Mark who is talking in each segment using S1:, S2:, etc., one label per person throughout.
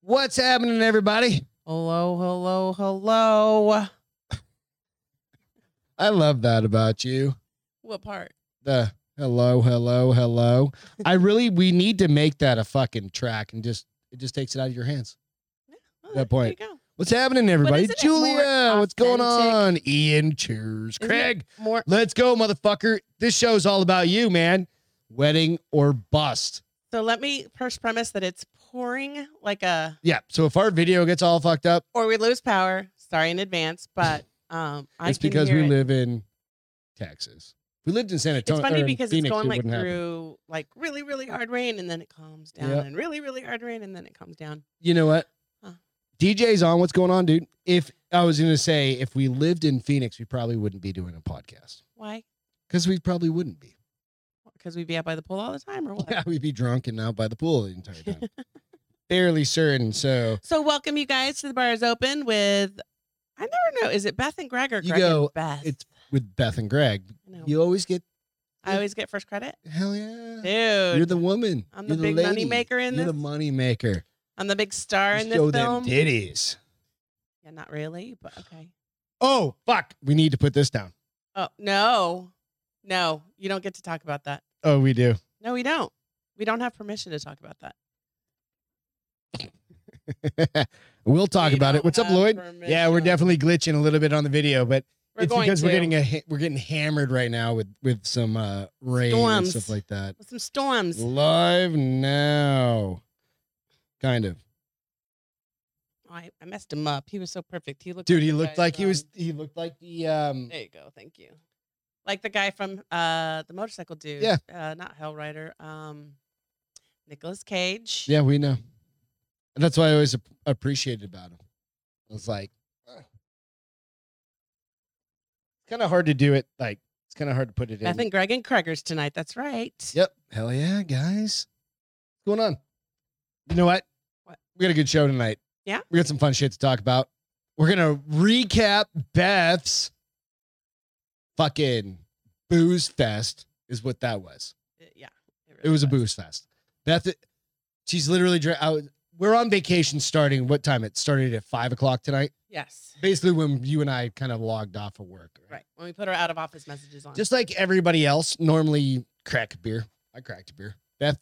S1: What's happening, everybody?
S2: Hello, hello, hello.
S1: I love that about you.
S2: What part?
S1: The hello, hello, hello. I really, we need to make that a fucking track and just, it just takes it out of your hands.
S2: Oh,
S1: That point.
S2: There you
S1: What's happening, everybody?
S2: isn't it more
S1: Julia, what's going on?
S2: authentic?
S1: Ian, cheers.
S2: Isn't it-
S1: Craig,
S2: go. More.
S1: let's go, motherfucker. This show's all about you, man. Wedding or bust.
S2: So let me first premise that it's pouring like a,
S1: Yeah. So if our video gets all fucked up,
S2: or we lose power. Sorry in advance, but um, I
S1: it's
S2: can
S1: because
S2: hear
S1: we
S2: it.
S1: live in Texas. If we lived in San
S2: It's
S1: Antonio. or
S2: funny
S1: in
S2: because
S1: Phoenix,
S2: it's going
S1: it
S2: like
S1: wouldn't happen.
S2: through like really, really hard rain and then it calms down
S1: Yep.
S2: and really, really hard rain and then it comes down.
S1: You know what?
S2: Huh.
S1: DJ's on. What's going on, dude? If I was going to say, if we lived in Phoenix, we probably wouldn't be doing a podcast
S2: Why?
S1: because we probably wouldn't be.
S2: Because we'd be out by the pool all the time or what?
S1: Yeah, we'd be drunk and out by the pool the entire time. Barely certain. So
S2: So welcome you guys to the bar is open with, I never know, is it Beth and Greg or
S1: You
S2: Greg and
S1: go,
S2: Beth?
S1: it's- with Beth and Greg,
S2: I, know.
S1: you always get
S2: I always get first credit.
S1: hell yeah.
S2: Dude,
S1: You're the woman.
S2: I'm
S1: You're
S2: the big money
S1: lady.
S2: maker in
S1: You're the
S2: this.
S1: money maker.
S2: I'm the big star
S1: You
S2: in
S1: show
S2: this film.
S1: them ditties.
S2: Yeah, not really, but okay.
S1: Oh fuck! We need to put this down.
S2: Oh no, no, you don't get to talk about that.
S1: Oh, we do.
S2: No, we don't. We don't have permission to talk about that.
S1: we'll talk
S2: We
S1: about it.
S2: don't
S1: What's up,
S2: have
S1: Lloyd? Yeah, we're
S2: permission.
S1: definitely glitching a little bit on the video, but
S2: We're
S1: it's
S2: going
S1: because
S2: to.
S1: we're getting a ha- we're getting hammered right now with with some uh rain and
S2: Storms.
S1: stuff like that.
S2: With some storms.
S1: Live now, kind of.
S2: Oh, I, I messed him up. He was so perfect. He looked.
S1: Dude,
S2: like
S1: he
S2: the
S1: looked
S2: guy
S1: like he was.
S2: from-
S1: He looked like the um.
S2: There you go. Thank you. Like the guy from uh the motorcycle dude.
S1: Yeah.
S2: Uh, not Hell Rider. Um, Nicholas Cage.
S1: Yeah, we know. And that's what I always ap- appreciated about him. I was like, "Ugh." it's kind of hard to do it. Like it's kind of hard to put it in.
S2: I think Greg and Craigers tonight. That's right.
S1: Yep. Hell yeah, guys. What's going on? You know what?
S2: What?
S1: We got a good show tonight.
S2: Yeah?
S1: We got some fun shit to talk about. We're gonna recap Beth's fucking booze fest is what that was.
S2: Uh, Yeah.
S1: It
S2: really
S1: was a booze fest. Beth, she's literally. Dra- I was- we're on vacation starting what time? It started at five o'clock tonight.
S2: Yes.
S1: Basically, when you and I kind of logged off of work.
S2: Right. When we put our out of office messages on.
S1: Just like everybody else, normally crack a beer. I cracked a beer. Beth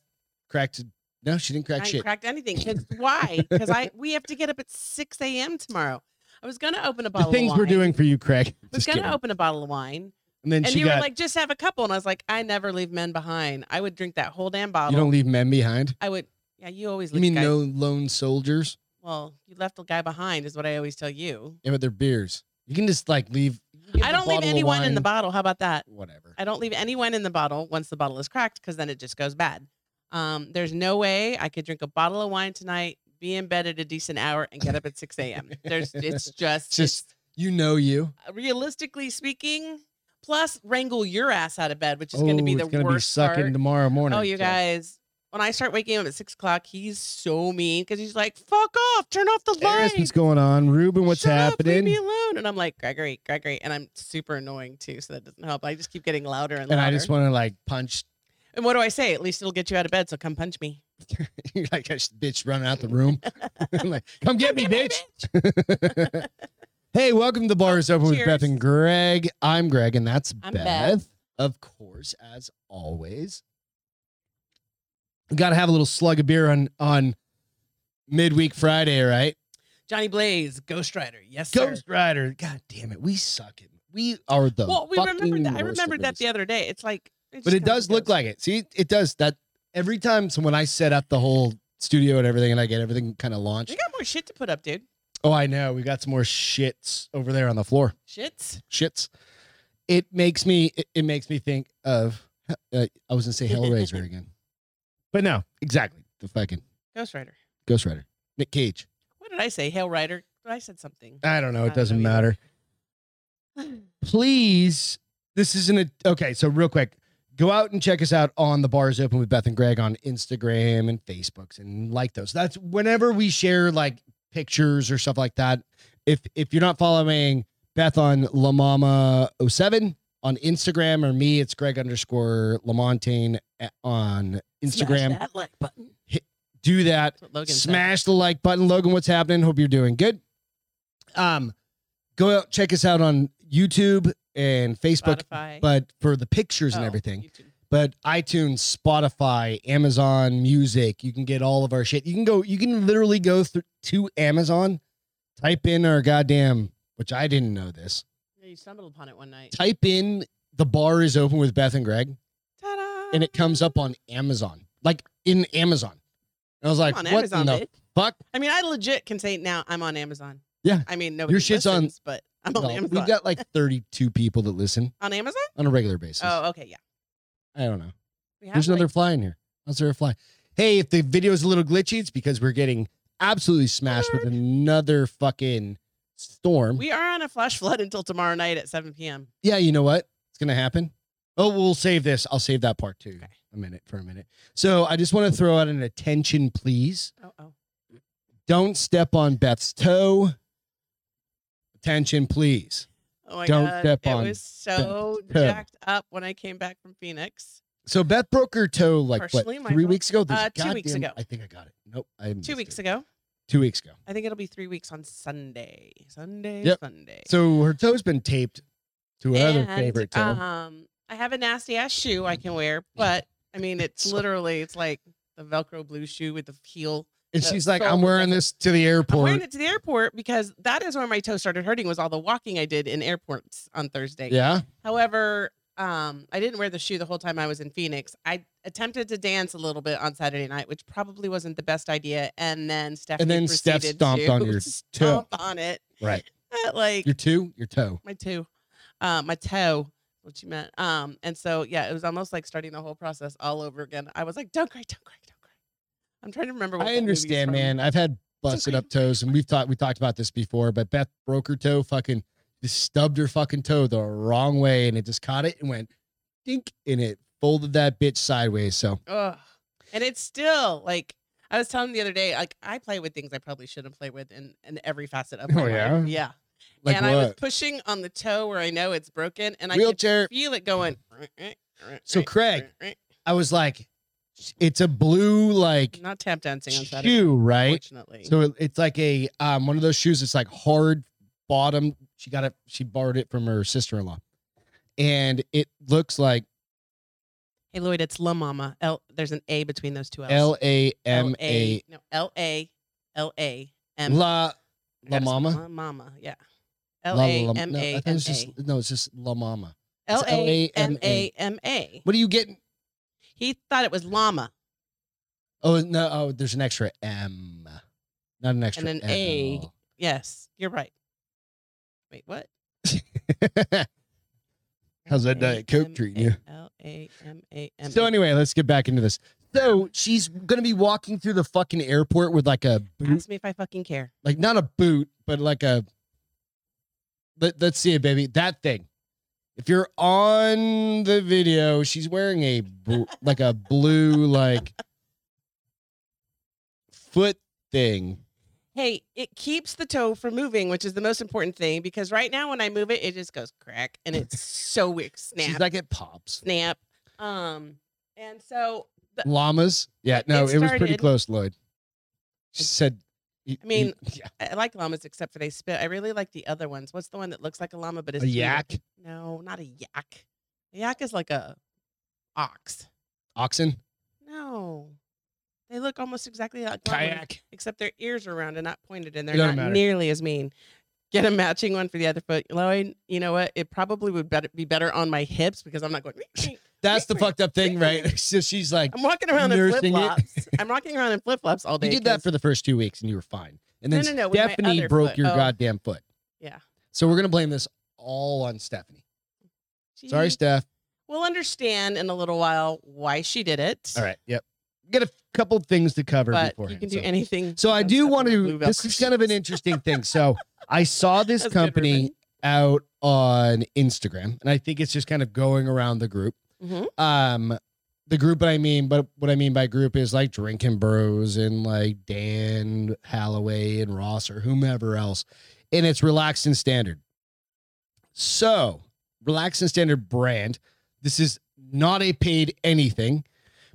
S1: cracked. No, she didn't
S2: I
S1: crack
S2: ain't
S1: shit.
S2: cracked anything. 'cause why? Because I we have to get up at six a.m. tomorrow. I was gonna open a
S1: the
S2: bottle.
S1: things
S2: of
S1: we're
S2: wine.
S1: doing for you, Craig.
S2: I was
S1: Just
S2: gonna
S1: kidding.
S2: open a bottle of wine,
S1: and then
S2: and
S1: she
S2: you
S1: got.
S2: were like, "Just have a couple," and I was like, "I never leave men behind. I would drink that whole damn
S1: you
S2: bottle.
S1: don't leave men behind.
S2: I would. Yeah, you always
S1: You
S2: leave
S1: mean
S2: guys.
S1: no lone soldiers?
S2: Well, you left a guy behind, is what I always tell you.
S1: Yeah, but they're beers. You can just like leave. you can give
S2: I
S1: them a
S2: don't leave
S1: bottle of
S2: anyone in the
S1: wine,
S2: bottle. How about that?
S1: Whatever.
S2: I don't leave anyone in the bottle once the bottle is cracked because then it just goes bad. Um, there's no way I could drink a bottle of wine tonight, be in bed at a decent hour, and get up at 6 a.m. There's it's just,
S1: Just- You know you.
S2: it's- realistically speaking, plus wrangle your ass out of bed, which is going to be
S1: Oh,
S2: the
S1: it's gonna be
S2: worst
S1: sucking
S2: part.
S1: tomorrow morning.
S2: Oh, you
S1: so-
S2: guys. When I start waking up at six o'clock, he's so mean because he's like, "Fuck off! Turn off the
S1: There's
S2: lights."
S1: what's going on, Ruben? What's
S2: Shut up, leave
S1: happening?
S2: me alone. And I'm like, Gregory, Gregory. And I'm super annoying too. So that doesn't help. I just keep getting louder and
S1: and
S2: louder.
S1: I just want to like punch.
S2: and what do I say? At least it'll get you out of bed. So come punch me.
S1: You're like a bitch running out the room. I'm like, come get me,
S2: Come get
S1: bitch. hey, welcome to the Bar is Open with Beth
S2: cheers.
S1: and Greg. I'm Greg, and that's
S2: I'm
S1: Beth.
S2: Beth.
S1: Of course, as always. Got to have a little slug of beer on on midweek Friday, right?
S2: Johnny Blaze, Ghost Rider. Yes, sir.
S1: Ghost Rider. God damn it, we suck it. We are the
S2: Well, we
S1: fucking
S2: remembered that. I
S1: worst at
S2: remembered that
S1: this.
S2: the other day. It's like,
S1: But
S2: it just
S1: it
S2: comes
S1: does
S2: and
S1: look
S2: goes.
S1: like it. See, it does that every time. So when I set up the whole studio and everything, and I get everything kind of launched.
S2: we got more shit to put up, dude.
S1: Oh, I know. We got some more shits over there on the floor.
S2: Shits.
S1: Shits. It makes me. It, it makes me think of. Uh, I was gonna say Hellraiser again, but no, exactly the fucking
S2: Ghost Rider.
S1: Ghost Rider, Nick Cage.
S2: What did I say? Hail Rider. I said something.
S1: I don't know.
S2: I
S1: It
S2: don't
S1: doesn't
S2: know
S1: matter.
S2: either.
S1: please this isn't a okay so real quick go out and check us out on the bars open with beth and greg on instagram and facebooks and like those that's whenever we share like pictures or stuff like that if if you're not following beth on la mama 07 on instagram or me it's greg underscore lamontagne a- eh, on
S2: Smash
S1: instagram
S2: that like button.
S1: do that.
S2: That's what Logan said.
S1: Smash the like button. Logan, what's happening? Hope you're doing good. Um, go out, check us out on YouTube and Facebook,
S2: Spotify.
S1: but for the pictures and
S2: Oh,
S1: everything.
S2: YouTube.
S1: But iTunes, Spotify, Amazon Music, you can get all of our shit. You can go, you can literally go through to Amazon, type in our goddamn, which I didn't know this.
S2: Yeah, you stumbled upon it one night.
S1: Type in the bar is open with Beth and Greg,
S2: Ta-da!
S1: and it comes up on Amazon, like in Amazon. And I was like,
S2: I'm on
S1: what
S2: Amazon,
S1: in the
S2: bitch.
S1: fuck?
S2: I mean, I legit can say now I'm on Amazon.
S1: Yeah.
S2: I mean, nobody
S1: Your shit's on-
S2: listens, but I'm on
S1: Well,
S2: Amazon.
S1: we've got like 32 people that listen
S2: on Amazon?
S1: on a regular basis.
S2: Oh, okay, yeah.
S1: I don't know.
S2: We have
S1: There's
S2: like-
S1: another fly in here. How's there a fly? Hey, if the video's a little glitchy, it's because we're getting absolutely smashed with another fucking storm.
S2: We are on a flash flood until tomorrow night at 7 p.m.
S1: yeah, you know what? It's going to happen. Oh, we'll save this. I'll save that part too.
S2: Okay.
S1: A minute for a minute. So I just want to throw out an attention, please.
S2: Oh, oh.
S1: Don't step on Beth's toe. Attention, please.
S2: Oh my
S1: Don't
S2: god.
S1: step
S2: it
S1: on
S2: was so
S1: toe.
S2: jacked up when I came back from Phoenix.
S1: So Beth broke her toe like
S2: Partially
S1: what
S2: my
S1: three
S2: fault.
S1: weeks ago? This
S2: Uh, two weeks
S1: goddamn-
S2: ago.
S1: I think I got it. Nope. I
S2: Two weeks ago.
S1: Two weeks ago.
S2: I think it'll be three weeks on Sunday. Sunday,
S1: Yep.
S2: Sunday.
S1: So her toe's been taped to her other
S2: And,
S1: favorite toe.
S2: Um, I have a nasty ass shoe I can wear, but I mean, it's
S1: So-
S2: literally it's like the Velcro blue shoe with the heel.
S1: and
S2: the
S1: she's like,
S2: sole
S1: I'm wearing
S2: protector.
S1: this to the
S2: I'm
S1: airport.
S2: wearing it to the airport because that is where my toe started hurting. Was all the walking I did in airports on Thursday.
S1: yeah.
S2: However, um, I didn't wear the shoe the whole time I was in Phoenix. I attempted to dance a little bit on Saturday night, which probably wasn't the best idea. And then Stephanie
S1: then Steph
S2: proceeded
S1: stomped
S2: to
S1: on your
S2: stomp on it
S1: Right.
S2: at like
S1: Your two, your toe.
S2: my toe, uh, my toe, what you meant. Um, and so yeah, it was almost like starting the whole process all over again. I was like, don't cry, don't cry, don't cry. I'm trying to remember. What
S1: I
S2: that movie is
S1: understand,
S2: from.
S1: man. I've had busted
S2: okay.
S1: up toes and we've talked we talked about this before, but Beth broke her toe fucking just stubbed her fucking toe the wrong way and it just caught it and went dink and it folded that bitch sideways. So
S2: Ugh. And it's still like I was telling the other day, like I play with things I probably shouldn't play with in, in every facet of my
S1: Oh,
S2: life.
S1: yeah?
S2: Yeah.
S1: like
S2: and I was
S1: what?
S2: pushing on the toe where I know it's broken and I could
S1: Wheelchair.
S2: feel it going.
S1: So, Craig, I was like, it's a blue like
S2: not tap dancing on Saturday,
S1: shoe, right?
S2: unfortunately.
S1: So it- it's like a um, one of those shoes. It's like hard bottom. She got it. She borrowed it from her sister in law, and it looks like
S2: hey Lloyd, it's La Mama. L there's an A between those two L's.
S1: L A M A
S2: No, L A L A M.
S1: La La
S2: I gotta say,
S1: Mama.
S2: La Mama. Yeah.
S1: La-
S2: L
S1: La-
S2: A
S1: La-
S2: M
S1: no,
S2: A
S1: I thought it
S2: M
S1: was just-
S2: A.
S1: No, it's just La Mama.
S2: L A M
S1: LAMA.
S2: A M A.
S1: What are you getting?
S2: He thought it was llama
S1: Oh no! Oh, there's an extra M, not an extra
S2: an
S1: L.
S2: A. Yes, you're right. Wait, what?
S1: How's that Diet Coke treating you?
S2: L A M A M. E.
S1: So anyway, let's get back into this. So she's gonna be walking through the fucking airport with like a boot
S2: ask me if I fucking care.
S1: like not a boot, but like a. Let, let's see it, baby. That thing. If you're on the video, she's wearing a bl- like a blue like foot thing.
S2: Hey, it keeps the toe from moving, which is the most important thing because right now when I move it, it just goes crack and it's so weird.
S1: She's
S2: Snap,
S1: like it pops.
S2: snap. Um, and so the,
S1: Llamas. Yeah,
S2: It-
S1: no,
S2: it
S1: it, was pretty
S2: started-
S1: close, Lloyd. She said. y-
S2: I
S1: y-
S2: mean,
S1: yeah,
S2: I I like llamas except for they spit. I really like the other ones. What's the one that looks like a llama but is
S1: a yak,
S2: No, not a yak. A yak is like a ox.
S1: oxen,
S2: No, they look almost exactly like llamas,
S1: kayak.
S2: except their ears are round and not pointed, and they're
S1: doesn't
S2: not
S1: matter.
S2: nearly as mean. Get a matching one for the other foot, Lloyd. You know what? It probably would better be better on my hips because I'm not going.
S1: That's the fucked up thing, right? So she's like,
S2: I'm walking around in flip
S1: Nursing it.
S2: flops. I'm walking around in flip flops all day.
S1: You did that
S2: 'cause-
S1: for the first two weeks and you were fine. And then
S2: No, no, no, with my
S1: Stephanie
S2: other
S1: broke
S2: foot.
S1: your
S2: Oh.
S1: goddamn foot.
S2: Yeah.
S1: So we're going to blame this all on Stephanie. Sorry,
S2: Gee,
S1: Steph.
S2: we'll understand in a little while why she did it.
S1: All right. Yep. Got a couple things to cover
S2: but
S1: before.
S2: you can do anything.
S1: So I
S2: without
S1: do
S2: stepping
S1: want
S2: on a
S1: to.
S2: blue
S1: This
S2: Velcro
S1: is kind of an
S2: shoes.
S1: interesting thing. So I saw this
S2: That's good,
S1: company
S2: Ruben.
S1: out on Instagram, and I think it's just kind of going around the group.
S2: Mhm.
S1: Um, the group, what I mean, but what I mean by group is like Drinking Bros and like Dan Halloway and Ross or whomever else, and it's Relaxed and Standard. So Relaxed and Standard brand. This is not a paid anything,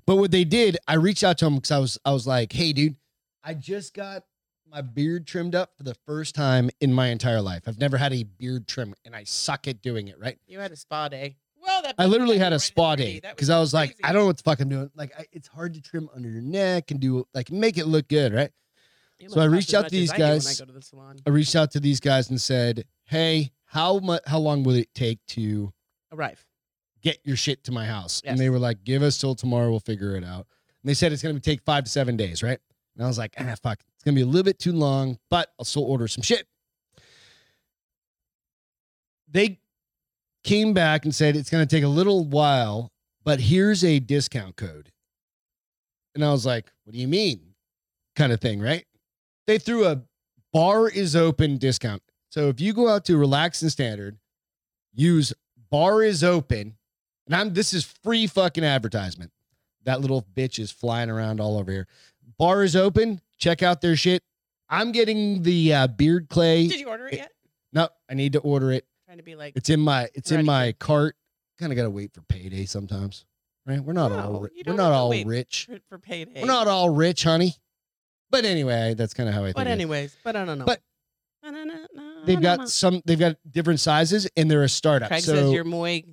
S1: But what they did, I reached out to him because I was I was like, hey, dude, I just got my beard trimmed up for the first time in my entire life. I've never had a beard trim, and I suck at doing it. Right.
S2: You had a spa day. Well, that
S1: I literally
S2: that
S1: had a
S2: right
S1: spa
S2: in the
S1: day
S2: knee. That
S1: because I was like,
S2: crazy.
S1: I don't know what the fuck I'm doing. Like, I, it's hard to trim under your neck and do like make it look good, right?
S2: You
S1: so
S2: look
S1: I
S2: half
S1: reached
S2: as
S1: out to
S2: much as
S1: these
S2: I do when
S1: guys.
S2: I go to the salon.
S1: I reached out to these guys and said, hey, how much? How long will it take to
S2: Arrive.
S1: get your shit to my house? And
S2: Yes.
S1: they were like, give us till tomorrow, we'll figure it out. And they said it's gonna take five to seven days, right? And I was like, ah, fuck, it's gonna be a little bit too long, but I'll still order some shit. They came back and said it's gonna take a little while, but here's a discount code. And I was like, what do you mean? Kind of thing, right? They threw a bar is open discount. So if you go out to Relax and Standard, use bar is open, and I'm this is free fucking advertisement. That little bitch is flying around all over here. Bar is open. Check out their shit. I'm getting the uh, beard clay.
S2: Did you order it
S1: it-
S2: yet?
S1: no, I need to order it.
S2: Trying to be like,
S1: It's in my it's
S2: Ready.
S1: in my cart. Kind of gotta wait for payday sometimes, right? We're not
S2: No,
S1: all ri-
S2: you
S1: we're
S2: don't
S1: not
S2: have to
S1: all
S2: wait.
S1: rich.
S2: for- for payday.
S1: We're not all rich, honey. But anyway, that's kind of how I think.
S2: But
S1: it is.
S2: anyways, but I don't know.
S1: But They've got some. They've got different sizes, and they're a startup.
S2: Craig
S1: so
S2: says you're muy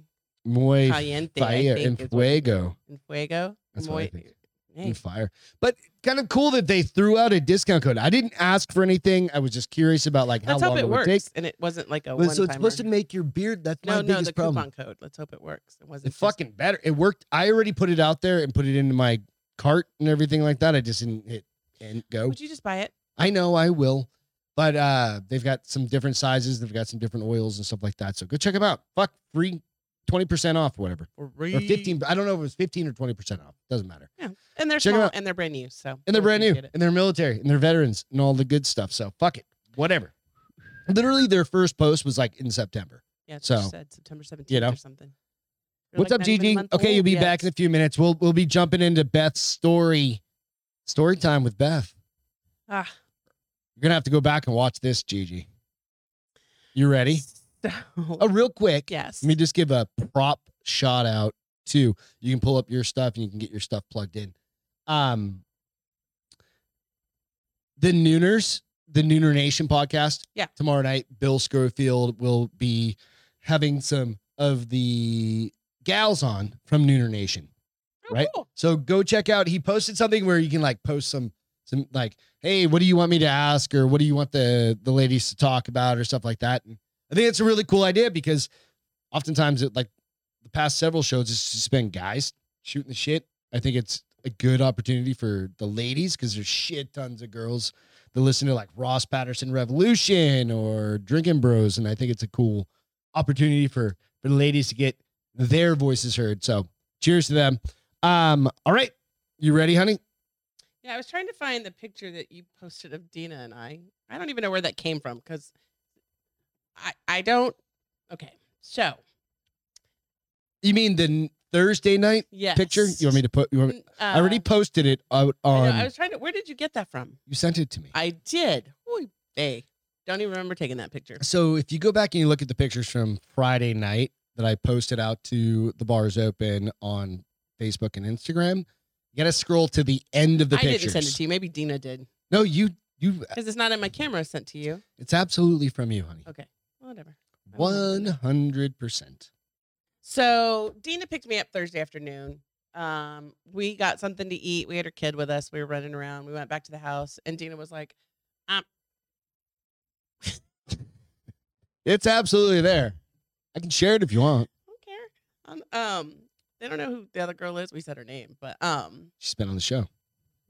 S1: muy
S2: caliente. I
S1: fire
S2: think
S1: and
S2: is what he
S1: fuego
S2: in fuego.
S1: That's what I think.
S2: Hey,
S1: and fire. But kind of cool that they threw out a discount code. I didn't ask for anything. I was just curious about like how
S2: let's
S1: long
S2: hope it
S1: would
S2: works.
S1: take.
S2: And it wasn't like a
S1: Well,
S2: one
S1: so it's supposed to make your beard. That's my
S2: No, no,
S1: biggest
S2: the
S1: problem.
S2: coupon code. Let's hope it works. It wasn't
S1: It
S2: just-
S1: fucking better. It worked. I already put it out there and put it into my cart and everything like that. I just didn't hit and go.
S2: Would you just buy it?
S1: I know I will. But uh, they've got some different sizes. They've got some different oils and stuff like that. So go check them out. Fuck free, twenty percent off, whatever.
S2: Or
S1: or 15 i don't know if it was 15 or 20% off doesn't matter
S2: And they're
S1: Check 'em
S2: small
S1: out.
S2: and they're brand new. So
S1: and they're
S2: we'll
S1: brand new
S2: appreciate it.
S1: and they're military and they're veterans and all the good stuff so fuck it whatever literally their first post was like in september
S2: Yeah, that's what she
S1: So,
S2: said September 17th
S1: know.
S2: or something. They're
S1: what's
S2: like
S1: up
S2: not even a
S1: gg
S2: month
S1: okay you'll
S2: old
S1: be
S2: yet.
S1: back in a few minutes we'll we'll be jumping into beth's story story time with beth
S2: Ah,
S1: you're gonna have to go back and watch this gg you ready
S2: so-
S1: oh real quick
S2: yes.
S1: Let me just give a prop shout out too. You can pull up your stuff and you can get your stuff plugged in. Um, the Nooners, the Nooner Nation podcast.
S2: Yeah.
S1: Tomorrow night, Bill Schofield will be having some of the gals on from Nooner Nation.
S2: Oh,
S1: right?
S2: cool.
S1: So go check out. He posted something where you can like post some some like, hey, what do you want me to ask, or what do you want the the ladies to talk about, or stuff like that. And I think it's a really cool idea because oftentimes, it, like the past several shows, it's just been guys shooting the shit. I think it's a good opportunity for the ladies because there's shit tons of girls that listen to like Ross Patterson Revolution or Drinking Bros, and I think it's a cool opportunity for for the ladies to get their voices heard. So cheers to them. Um, all right. You ready, honey?
S2: Yeah, I was trying to find the picture that you posted of Dina and I. I don't even know where that came from because I I don't. Okay, so
S1: You mean the n- Thursday night
S2: yes. uh,
S1: picture? You want me to put you want me, I already posted it out
S2: I,
S1: on
S2: know, I was trying to. Where did you get that from?
S1: you sent it to me.
S2: I did. Oy vey. Don't even remember taking that picture.
S1: so if you go back and you look at the pictures from Friday night that I posted out to the bars open on Facebook and Instagram, you gotta scroll to the end of the
S2: I
S1: pictures. Uh, mm-hmm.
S2: didn't send it to you. Maybe Dina did
S1: No, you you
S2: because it's not in my camera. I sent to you.
S1: it's absolutely from you, honey.
S2: Okay, whatever. I won't look at
S1: One
S2: it.
S1: hundred percent.
S2: So Dina picked me up Thursday afternoon. Um, we got something to eat. We had her kid with us. We were running around. We went back to the house, and Dina was like,
S1: It's absolutely there. I can share it if you want.
S2: "I don't care." Um, um, they don't know who the other girl is. We said her name, but um,
S1: She's been on the show.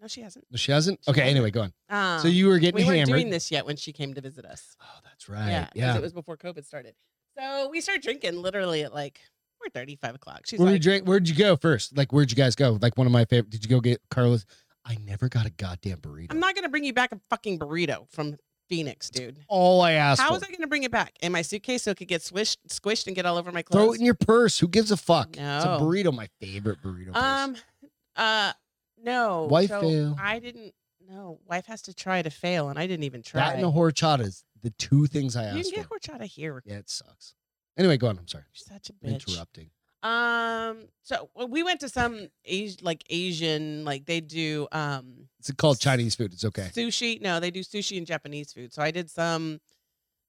S2: no, she hasn't.
S1: No, she hasn't?
S2: She
S1: Okay,
S2: hasn't.
S1: anyway, go on.
S2: Um,
S1: So you were
S2: we
S1: getting
S2: weren't
S1: hammered.
S2: doing this yet when she came to visit us.
S1: Oh, that's right.
S2: yeah,
S1: Yeah.
S2: 'cause it was before COVID started. So we started drinking literally at like we're thirty five o'clock. She's
S1: Where
S2: like,
S1: we drink, where'd you go first? Like, where'd you guys go? Like, one of my favorite. Did you go get Carlos? I never got a goddamn burrito.
S2: "I'm not gonna bring you back a fucking burrito from Phoenix, dude."
S1: All I asked
S2: How
S1: for.
S2: was I going to bring it back in my suitcase so it could get swished, squished, and get all over my clothes?
S1: Throw it in your purse. Who gives a fuck? It's a
S2: No.
S1: burrito. My favorite burrito. place.
S2: Um, uh, no.
S1: Wife
S2: so
S1: fail.
S2: I didn't. No, wife has to try to fail, and I didn't even try.
S1: that and a horchata is the two things I
S2: you
S1: asked
S2: can get
S1: for.
S2: horchata here.
S1: Yeah, it sucks. Anyway, go on. I'm sorry.
S2: You're such a
S1: I'm
S2: bitch.
S1: Interrupting.
S2: Um, so well, we went to some Asian, like Asian, like they do um
S1: It's called Chinese food. It's okay.
S2: sushi. No, they do sushi and Japanese food. So I did some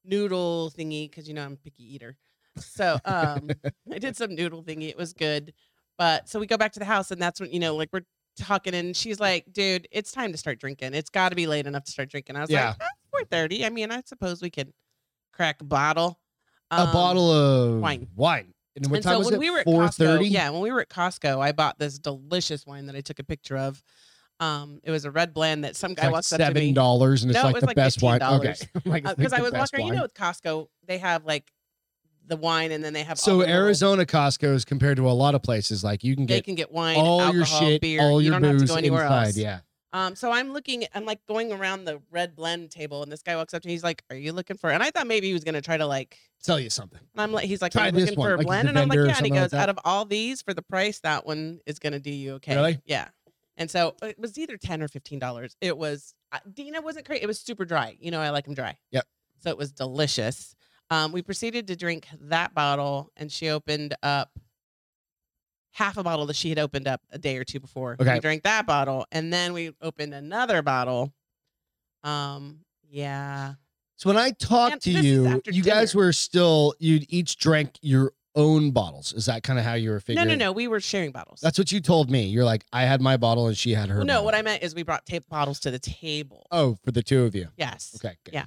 S2: noodle thingy because you know I'm a picky eater. So um, I did some noodle thingy. It was good, but so we go back to the house and that's when you know like we're talking and she's like, "Dude, it's time to start drinking. It's got to be late enough to start drinking." I was
S1: Yeah.
S2: like, four thirty. I mean, I suppose we could crack a bottle."
S1: a
S2: Um,
S1: bottle of
S2: wine.
S1: Wine. And what
S2: and
S1: time
S2: so
S1: was
S2: when
S1: it?
S2: we were at
S1: Four
S2: Costco,
S1: thirty.
S2: yeah, when we were at Costco, I bought this delicious wine that I took a picture of. Um, it was a red blend that some
S1: It's
S2: guy
S1: like
S2: walks up to
S1: seven
S2: me
S1: dollars, and it's
S2: No, it
S1: like
S2: was
S1: the
S2: like
S1: best wine. Okay,
S2: $15.
S1: I'm like, it's
S2: because
S1: like
S2: I
S1: the
S2: was
S1: best
S2: walking. around. You know,
S1: wine.
S2: with Costco, they have like the wine, and then they have all
S1: So
S2: the little-
S1: Arizona Costco's compared to a lot of places, like you can
S2: They
S1: get
S2: can get wine,
S1: all
S2: alcohol,
S1: your shit,
S2: beer.
S1: all
S2: you
S1: your
S2: don't
S1: booze
S2: have to go anywhere
S1: inside.
S2: else.
S1: Yeah,
S2: Um, so I'm looking, I'm like going around the red blend table, and this guy walks up to me. He's like, "Are you looking for?" And I thought maybe he was gonna try to like,
S1: tell you something.
S2: and I'm like, he's like,
S1: Try
S2: "Are you
S1: this
S2: looking
S1: one,"
S2: for a
S1: like he's
S2: blend?"
S1: the
S2: And I'm like,
S1: vendor or
S2: "Yeah." And he
S1: something like
S2: goes,
S1: that.
S2: "Out of all these, for the price, that one is gonna do you okay."
S1: Really?
S2: Yeah. And so it was either ten or fifteen dollars. It was I- Dina wasn't crazy. It was super dry. You know, I like them dry.
S1: Yep.
S2: So it was delicious. Um, we proceeded to drink that bottle, and she opened up half a bottle that she had opened up a day or two before.
S1: Okay.
S2: We drank that bottle, and then we opened another bottle. Um. Yeah.
S1: So when I talked
S2: And
S1: to
S2: this is
S1: you,
S2: after
S1: you guys
S2: dinner.
S1: were still you'd each drank your own bottles. Is that kind of how you were
S2: No,
S1: figuring?
S2: no, no. We were sharing bottles.
S1: That's what you told me. You're like, I had my bottle and she had her.
S2: Well, no,
S1: bottle.
S2: what I meant is we brought tape bottles to the table.
S1: Oh, for the two of you.
S2: Yes.
S1: Okay. good.
S2: Yeah.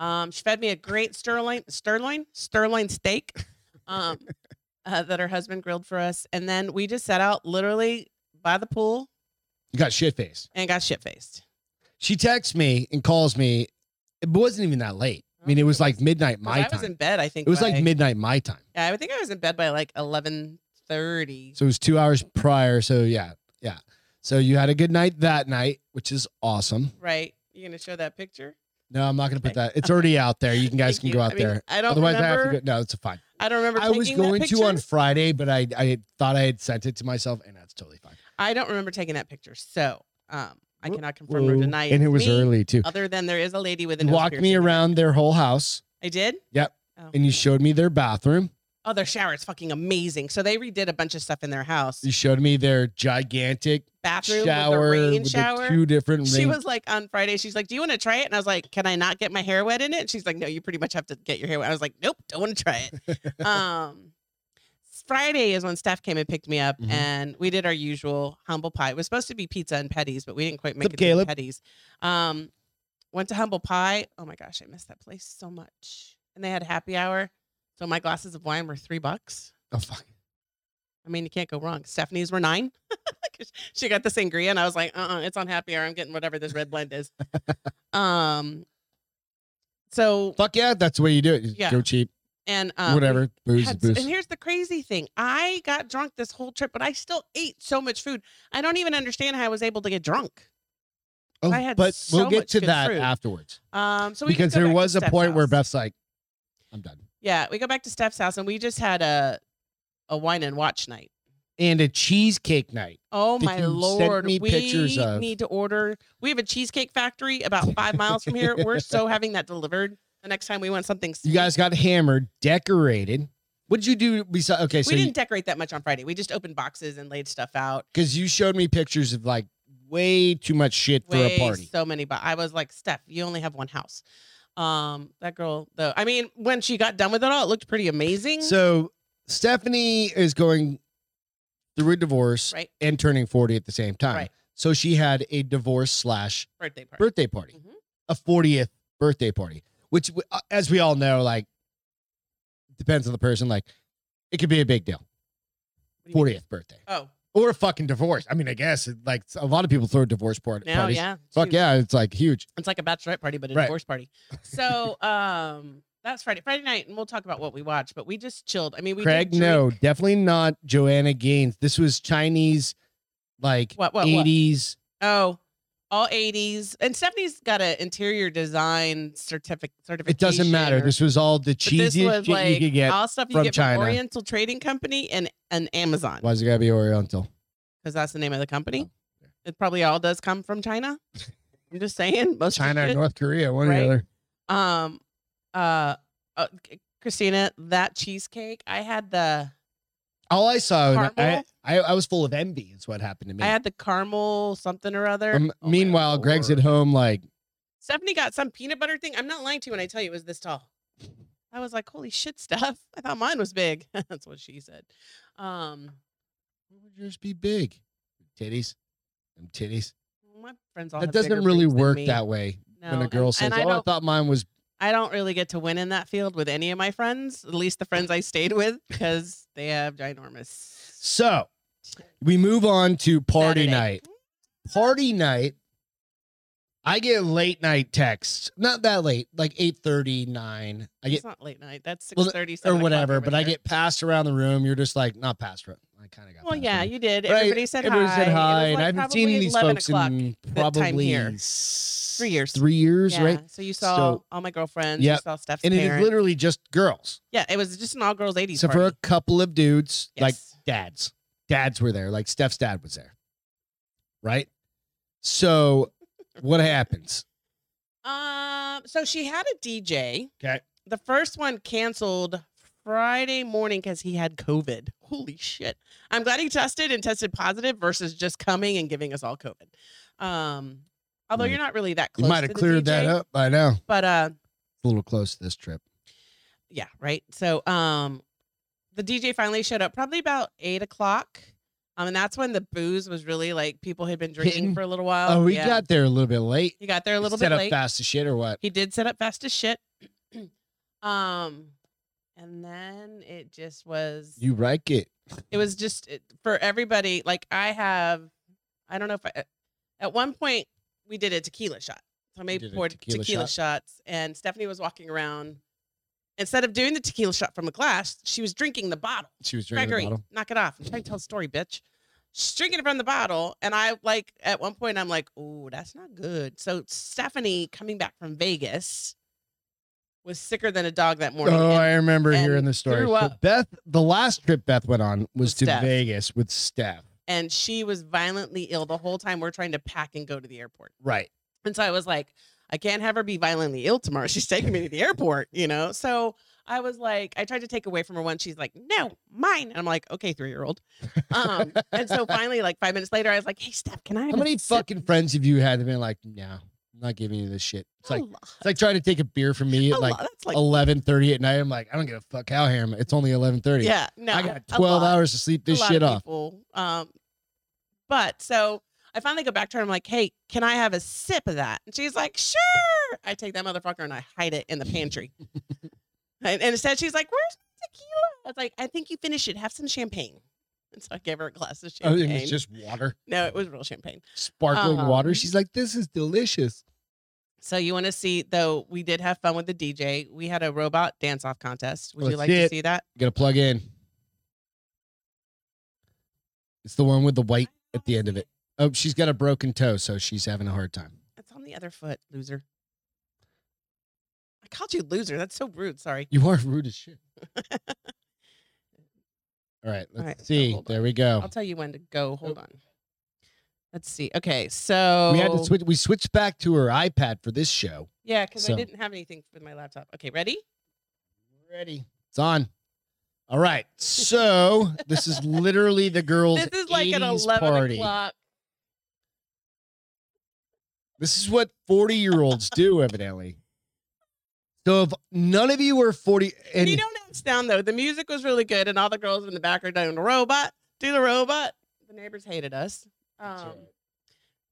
S2: Um, she fed me a great sirloin, sirloin, sirloin steak, um, uh, that her husband grilled for us, and then we just sat out literally by the pool
S1: You got shit faced.
S2: and got shit faced.
S1: She texts me and calls me. It wasn't even that late. I mean, it was like midnight my
S2: I was
S1: time.
S2: in bed. I think
S1: it was
S2: by-
S1: like midnight my time.
S2: Yeah, I would think I was in bed by like eleven thirty.
S1: So it was two hours prior. So yeah, yeah. So you had a good night that night, which is awesome.
S2: Right? You gonna show that picture?
S1: No, I'm not gonna put that. It's already out there. You can guys
S2: Thank
S1: can
S2: you.
S1: go out
S2: I mean,
S1: there.
S2: I don't
S1: Otherwise,
S2: remember.
S1: I
S2: I,
S1: have to go. No, it's fine.
S2: don't remember.
S1: I was
S2: taking that
S1: going to
S2: picture.
S1: on Friday, but I I thought I had sent it to myself, and that's totally fine.
S2: I don't remember taking that picture, so um, I
S1: Whoa,
S2: cannot confirm or
S1: Whoa.
S2: deny.
S1: And it
S2: it's
S1: was
S2: me,
S1: early too.
S2: Other than there is a lady with a
S1: You
S2: nose
S1: walked me
S2: piercing.
S1: around their whole house,
S2: I did.
S1: Yep.
S2: Oh.
S1: and you showed me their bathroom.
S2: Oh, their shower is fucking amazing. So they redid a bunch of stuff in their house.
S1: You showed me their gigantic
S2: Bathroom,
S1: shower
S2: with the rain
S1: with the
S2: shower.
S1: two different
S2: she
S1: rain-
S2: was like on Friday, she's like, Do you want to try it? And I was like, Can I not get my hair wet in it? And she's like, No, you pretty much have to get your hair wet. I was like, Nope, don't want to try it. um Friday is when Steph came and picked me up
S1: Mhm.
S2: and we did our usual humble pie. It was supposed to be pizza and petties, but we didn't quite make
S1: up,
S2: it to the
S1: Caleb?
S2: petties. Um went to Humble Pie. Oh my gosh, I missed that place so much. And they had happy hour. So my glasses of wine were three bucks.
S1: Oh fuck.
S2: I mean, you can't go wrong. Stephanie's were nine. 'Cause she got the sangria, and I was like, uh-uh, it's on happy hour. I'm getting whatever this red blend is. um, so
S1: Fuck yeah, that's the way you do it. You
S2: Yeah.
S1: Go cheap,
S2: and um, we
S1: whatever. Booze is
S2: had-
S1: booze.
S2: and here's the crazy thing: I got drunk this whole trip, but I still ate so much food. I don't even understand how I was able to get drunk.
S1: Oh,
S2: I had
S1: but
S2: so
S1: we'll
S2: much
S1: get to
S2: good
S1: that
S2: fruit.
S1: afterwards
S2: Um, so we can
S1: because
S2: go
S1: there
S2: back to
S1: was a
S2: Steph's
S1: point where
S2: house.
S1: Beth's like, "I'm done,"
S2: yeah, we go back to Steph's house, and we just had a a wine and watch night.
S1: and a cheesecake night.
S2: Oh
S1: that
S2: my
S1: you sent
S2: lord!
S1: me
S2: we
S1: pictures of.
S2: need to order. We have a cheesecake factory about five miles from here. We're so having that delivered. The next time we want something,
S1: You
S2: sweet.
S1: guys got hammered, decorated. What did you do besides? Okay, so
S2: we didn't decorate that much on Friday. We just opened boxes and laid stuff out.
S1: because you, showed me pictures of like way too much shit for
S2: Way
S1: a party.
S2: so many, but I was like, Steph, you only have one house. Um, that girl though. I mean, when she got done with it all, it looked pretty amazing.
S1: So Stephanie is going through a divorce
S2: right,
S1: and turning 40 at the same time.
S2: Right.
S1: So she had a divorce slash
S2: birthday party.
S1: birthday party,
S2: Mhm.
S1: a 40th birthday party, which, w- uh, as we all know, like depends on the person. Like it could be a big deal,
S2: What do you mean?
S1: 40th birthday
S2: Oh,
S1: or a fucking divorce. I mean, I guess it, like a lot of people throw divorce part-
S2: now
S1: parties.
S2: Oh, yeah.
S1: Fuck
S2: Shoot.
S1: yeah, it's like huge.
S2: It's like a bachelorette party, but a
S1: Right.
S2: divorce party. So um that's Friday. Friday night, and we'll talk about what we watched, but we just chilled. I mean, we
S1: Craig,
S2: did
S1: no,
S2: drink-
S1: definitely not Joanna Gaines. This was Chinese, like
S2: What what what?
S1: 80s.
S2: Oh, all eighties. And Stephanie's got an interior design certificate.
S1: It doesn't matter. This was all the
S2: but this
S1: cheesiest shit
S2: was like uh,
S1: you could get.
S2: all stuff you
S1: from
S2: get
S1: China.
S2: from Oriental Trading Company and and Amazon
S1: Why's it gotta be Oriental?
S2: because that's the name of the company.
S1: Oh,
S2: It probably all does come from China. I'm just saying, most of the
S1: China,
S2: shit.
S1: North Korea, one or
S2: Right.
S1: the other.
S2: Um, uh, uh, Christina, that cheesecake. I had the
S1: All I saw, and I,
S2: Caramel?
S1: I I was full of envy. Is what happened to me.
S2: I had the caramel something or other.
S1: Um,
S2: Oh my
S1: meanwhile, Greg's at
S2: lord.
S1: home, like
S2: Stephanie got some peanut butter thing. I'm not lying to you when I tell you it was this tall. I was like, holy shit, Steph. I thought mine was big. That's what she said. Um,
S1: "Why would yours be big? Titties, them titties.
S2: my friends all
S1: That
S2: have bigger
S1: doesn't really
S2: boobs than
S1: work
S2: me.
S1: that way.
S2: no.
S1: when a
S2: and-
S1: girl says,
S2: and I
S1: "Oh, I
S2: don't,
S1: thought mine was,"
S2: I don't really get to win in that field with any of my friends, at least the friends I stayed with, because they have ginormous
S1: so we move on to party
S2: Saturday.
S1: night. Party night. I get late night texts. Not that late, like 8 9. I get
S2: It's not late night. That's
S1: Well,
S2: six thirty
S1: or whatever, but I
S2: there.
S1: get passed around the room. You're just like, not passed around. I kind of got
S2: Well,
S1: passed
S2: yeah,
S1: around.
S2: you did.
S1: Right,
S2: Everybody said
S1: Everybody
S2: hi.
S1: said
S2: It was,
S1: hi. and
S2: like,
S1: I haven't
S2: probably
S1: seen these
S2: 11
S1: folks
S2: o'clock.
S1: in
S2: time
S1: probably
S2: here.
S1: s-
S2: Three years.
S1: Three years,
S2: yeah.
S1: right?
S2: So you
S1: So-
S2: saw all my girlfriends.
S1: Yep.
S2: You saw Steph's
S1: And it is
S2: parents.
S1: literally just girls,
S2: yeah, it was just an all girls 80s
S1: except for
S2: party.
S1: a couple of dudes, like
S2: Yes.
S1: dads. Dads were there, like Steph's dad was there, right? So what happens?
S2: Um, so she had a DJ.
S1: Okay.
S2: The first one canceled Friday morning because he had COVID. Holy shit. I'm glad he tested and tested positive versus just coming and giving us all COVID. Um, although
S1: Right.
S2: you're not really that
S1: You
S2: close.
S1: might
S2: to
S1: have
S2: the
S1: cleared that
S2: DJ,
S1: up by now.
S2: But uh
S1: A little close this trip.
S2: yeah, right. So um the DJ finally showed up probably about eight o'clock. Um, and that's when the booze was really like people had been drinking
S1: Hitting?
S2: for a little while.
S1: Oh, we
S2: Yeah.
S1: got there a little bit late.
S2: he got there a little
S1: Set
S2: bit
S1: up
S2: late.
S1: fast as shit or what?
S2: He did set up fast as shit. um, and then it just was.
S1: You like it.
S2: it was just it, for everybody. Like I have, I don't know if I, uh, at one point we did a tequila shot. So maybe
S1: did a
S2: poured
S1: tequila
S2: tequila,
S1: shot.
S2: shots, and Stephanie was walking around. Instead of doing the tequila shot from a glass, she was drinking the bottle.
S1: She was drinking
S2: Gregory,
S1: the bottle.
S2: knock it off! I'm trying to tell a story, bitch. She's drinking it from the bottle, and I like at one point I'm like, "Oh, that's not good." So Stephanie coming back from Vegas was sicker than a dog that morning.
S1: Oh,
S2: and
S1: I remember
S2: and
S1: hearing the story.
S2: threw
S1: So
S2: up.
S1: Beth, the last trip Beth went on was
S2: With
S1: to
S2: Steph.
S1: Vegas with Steph.
S2: and she was violently ill the whole time we're trying to pack and go to the airport.
S1: Right.
S2: And so I was like, I can't have her be violently ill tomorrow. She's taking me to the airport, you know? So I was like, I tried to take away from her one. She's like, no, mine. And I'm like, okay, three year old. Um, and so finally, like five minutes later, I was like, hey, Steph, can I have
S1: How
S2: a
S1: many
S2: sip?"
S1: fucking friends have you had that been like, no, I'm not giving you this shit. It's like
S2: A
S1: it's
S2: lo-
S1: like trying to take a beer from me
S2: a
S1: at like oh,
S2: lot. That's Oh. like,
S1: eleven thirty at night. I'm like, I don't give a fuck how ham. It's only eleven thirty.
S2: yeah, no.
S1: I got
S2: a
S1: twelve
S2: lot.
S1: hours to sleep this
S2: a lot
S1: shit
S2: of
S1: off.
S2: people. Um, but so I finally go back to her. I'm like, hey, can I have a sip of that? And she's like, sure. I take that motherfucker and I hide it in the pantry. and, and instead, she's like, where's my tequila? I was like, I think you finished it. Have some champagne. And so I gave her a glass of
S1: Oh,
S2: champagne.
S1: it was just water,
S2: no, it was real champagne.
S1: sparkling water.
S2: Um,
S1: She's like, this is delicious.
S2: So you want to see, though, we did have fun with the DJ. We had a robot dance off contest. Would you
S1: Let's
S2: like
S1: see
S2: to
S1: Oh, it.
S2: see that?
S1: Gotta plug in. It's the one with the white at the end of it. Oh, she's got a broken toe, so she's having a hard time.
S2: It's on the other foot, loser. I called you loser. That's so rude. Sorry.
S1: You are rude as shit. All right, let's
S2: right, so
S1: see.
S2: hold
S1: there we go.
S2: I'll tell you when to go. Hold
S1: Oh.
S2: on. Let's see. Okay, so
S1: We had to switch. We switched back to her iPad for this show.
S2: Yeah, because
S1: so-
S2: I didn't have anything with my laptop. Okay, ready?
S1: Ready? It's on. All right. So this is literally the girls'
S2: This is like an
S1: 80s
S2: eleven
S1: party.
S2: o'clock.
S1: This is what forty-year-olds do, evidently. So if none of you are forty, and
S2: you don't have sound though. The music was really good, and all the girls in the back are doing the robot, do the robot. The neighbors hated us.
S1: That's
S2: Um,
S1: right.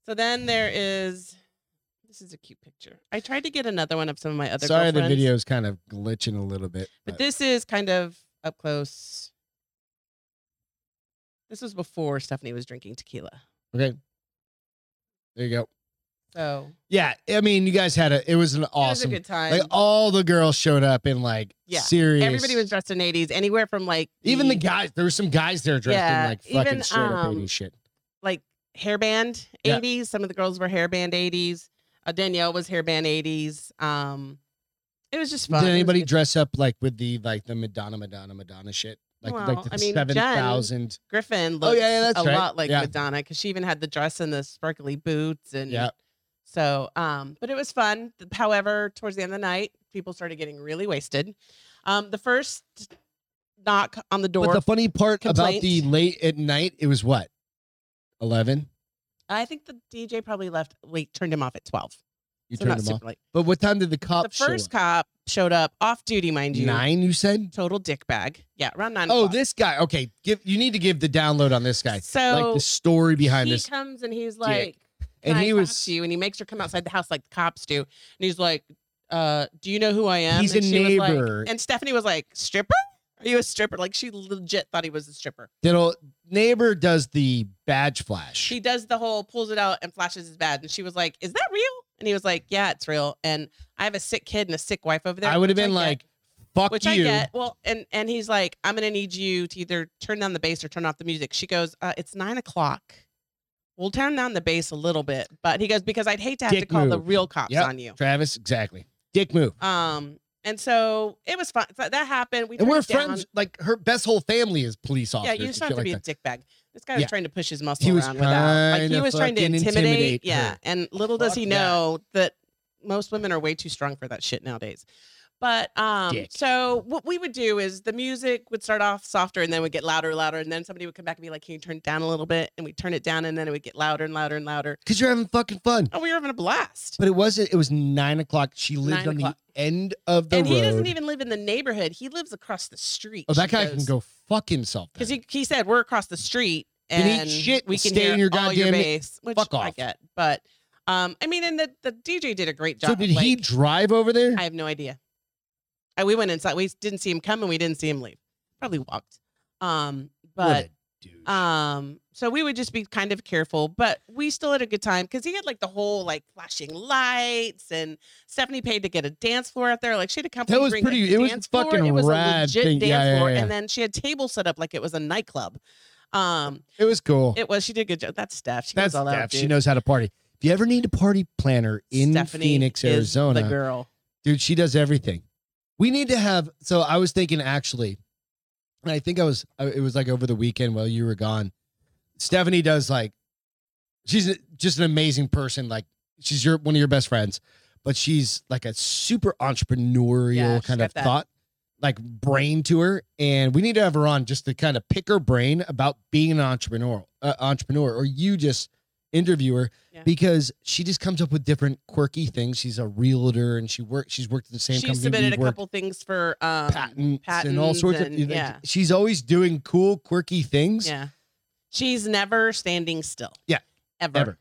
S2: so then there is. This is a cute picture. I tried to get another one of some of my other.
S1: sorry, the
S2: girlfriends,
S1: video's kind of glitching a little bit.
S2: But this is kind of up close. This was before Stephanie was drinking tequila.
S1: okay, there you go.
S2: So
S1: Yeah, I mean, you guys had a. It was an awesome.
S2: It was a good time.
S1: Like all the girls showed up in like
S2: Yeah.
S1: serious.
S2: Everybody was dressed in 80s, anywhere from like
S1: even the guys. There were some guys there dressed
S2: Yeah,
S1: in like fucking
S2: even,
S1: straight up
S2: um,
S1: 80s shit.
S2: like hairband
S1: Yeah.
S2: 80s. Some of the girls were hairband 80s. Uh, Danielle was hairband 80s. Um, it was just fun.
S1: Did
S2: It was
S1: anybody
S2: good.
S1: dress up like with the like the Madonna, Madonna, Madonna shit? Like like
S2: Well,
S1: the
S2: I mean, Jen-
S1: seven thousand.
S2: Griffin looked
S1: Oh, yeah, yeah, that's
S2: a
S1: right.
S2: lot like
S1: Yeah.
S2: Madonna because she even had the dress and the sparkly boots and
S1: Yeah.
S2: So, um, but it was fun. Th- However, towards the end of the night, people started getting really wasted. Um, the first knock on the door.
S1: But the funny part about the
S2: complaints.
S1: late at night, it was what? 11?
S2: I think the DJ probably left late, turned him off at 12.
S1: You
S2: so
S1: turned
S2: not
S1: them off.
S2: super late.
S1: But what time did the
S2: The
S1: cops show
S2: first
S1: up?
S2: cop showed up off duty, mind you.
S1: Nine, you said?
S2: Total dick bag. Yeah, around nine.
S1: Oh,
S2: o'clock.
S1: this guy. Okay, give you need to give the download on this guy.
S2: So
S1: like the story behind
S2: he
S1: this.
S2: comes and he's like,
S1: And
S2: "Can I
S1: he
S2: talk
S1: was
S2: to you, and he makes her come outside the house like the cops do, and he's like, uh, "Do you know who I am?"
S1: He's
S2: and
S1: a
S2: she was like-
S1: neighbor.
S2: and Stephanie was like, "Stripper? Are you a stripper?" Like she legit thought he was a stripper.
S1: little neighbor does the badge flash.
S2: She does the whole pulls it out and flashes his badge, and she was like, "Is that real?" And he was like, "Yeah, it's real." And I have a sick kid and a sick wife over there.
S1: I would have
S2: which
S1: been
S2: get.
S1: like, fuck
S2: which
S1: you.
S2: I get. Well, and and he's like, I'm gonna need you to either turn down the bass or turn off the music. She goes, uh, it's nine o'clock. We'll turn down the bass a little bit, but he goes because I'd hate to have to
S1: Dick
S2: call the
S1: move.
S2: real cops
S1: Yep.
S2: on you.
S1: Travis, exactly. Dick move.
S2: Um, and so it was fun. So that happened. We
S1: and
S2: turned
S1: we're
S2: it down.
S1: friends. Like her best whole family is police
S2: Yeah,
S1: officers.
S2: you just
S1: and
S2: don't have to
S1: shit
S2: be
S1: like
S2: a dick bag. This guy was
S1: Yeah.
S2: trying to push his muscle
S1: He was
S2: around without. Like he
S1: trying to
S2: was trying to
S1: fucking
S2: intimidate.
S1: intimidate
S2: yeah,
S1: her.
S2: and little does
S1: Fuck
S2: he
S1: that.
S2: know that most women are way too strong for that shit nowadays. But um,
S1: Dick.
S2: so what we would do is the music would start off softer and then would get louder and louder, and then somebody would come back and be like, "Can you turn it down a little bit?" And we turn it down, and then it would get louder and louder and louder.
S1: Because you're having fucking fun.
S2: And we were having a blast.
S1: But it wasn't. It was nine o'clock. She lived
S2: Nine
S1: on
S2: o'clock.
S1: the end of the
S2: And
S1: road.
S2: he doesn't even live in the neighborhood; he lives across the street.
S1: oh, that
S2: she
S1: guy
S2: goes.
S1: can go fuck himself. then.
S2: Because he, he said we're across the street
S1: Then eat
S2: and
S1: shit
S2: we
S1: and
S2: can
S1: stay
S2: hear
S1: in your
S2: all your
S1: goddamn-
S2: bass, which
S1: Fuck
S2: I
S1: off.
S2: get. But um, I mean, and the, the DJ did a great job.
S1: so did he
S2: like,
S1: drive over there?
S2: I have no idea. Uh, we went inside. We didn't see him come and we didn't see him leave. Probably walked. Um,
S1: What
S2: but
S1: a douche.
S2: um, so we would just be kind of careful, but we still had a good time because he had like the whole like flashing lights and Stephanie paid to get a dance floor out there. Like she had a company.
S1: was
S2: bring, like,
S1: pretty-
S2: the
S1: it was
S2: dance floor.
S1: fucking
S2: It was
S1: rad
S2: a legit
S1: thing.
S2: dance
S1: Yeah, yeah,
S2: floor,
S1: yeah.
S2: and then she had tables set up like it was a nightclub. Um,
S1: it was cool.
S2: it was. She did a good job. That's Steph. She
S1: That's
S2: knows all that.
S1: Steph. She
S2: dude.
S1: knows how to party. If you ever need a party planner in
S2: Stephanie
S1: Phoenix,
S2: is
S1: Arizona,
S2: The girl.
S1: dude she does everything we need to have so i was thinking actually and i think i was I- it was like over the weekend while you were gone stephanie does like she's a- just an amazing person like she's your one of your best friends but she's like a super entrepreneurial
S2: Yeah, she's
S1: kind
S2: got
S1: of
S2: that.
S1: thought like brain to her and we need to have her on just to kind of pick her brain about being an entrepreneur uh, entrepreneur or you just interview her
S2: Yeah.
S1: because she just comes up with different quirky things she's a realtor and she worked she's worked at the same
S2: She
S1: company
S2: submitted a
S1: we worked,
S2: couple things for um,
S1: patents, and all
S2: patents
S1: sorts
S2: and-
S1: of you know,
S2: yeah.
S1: she's always doing cool quirky things
S2: Yeah. She's never standing still.
S1: Yeah.
S2: Ever.
S1: ever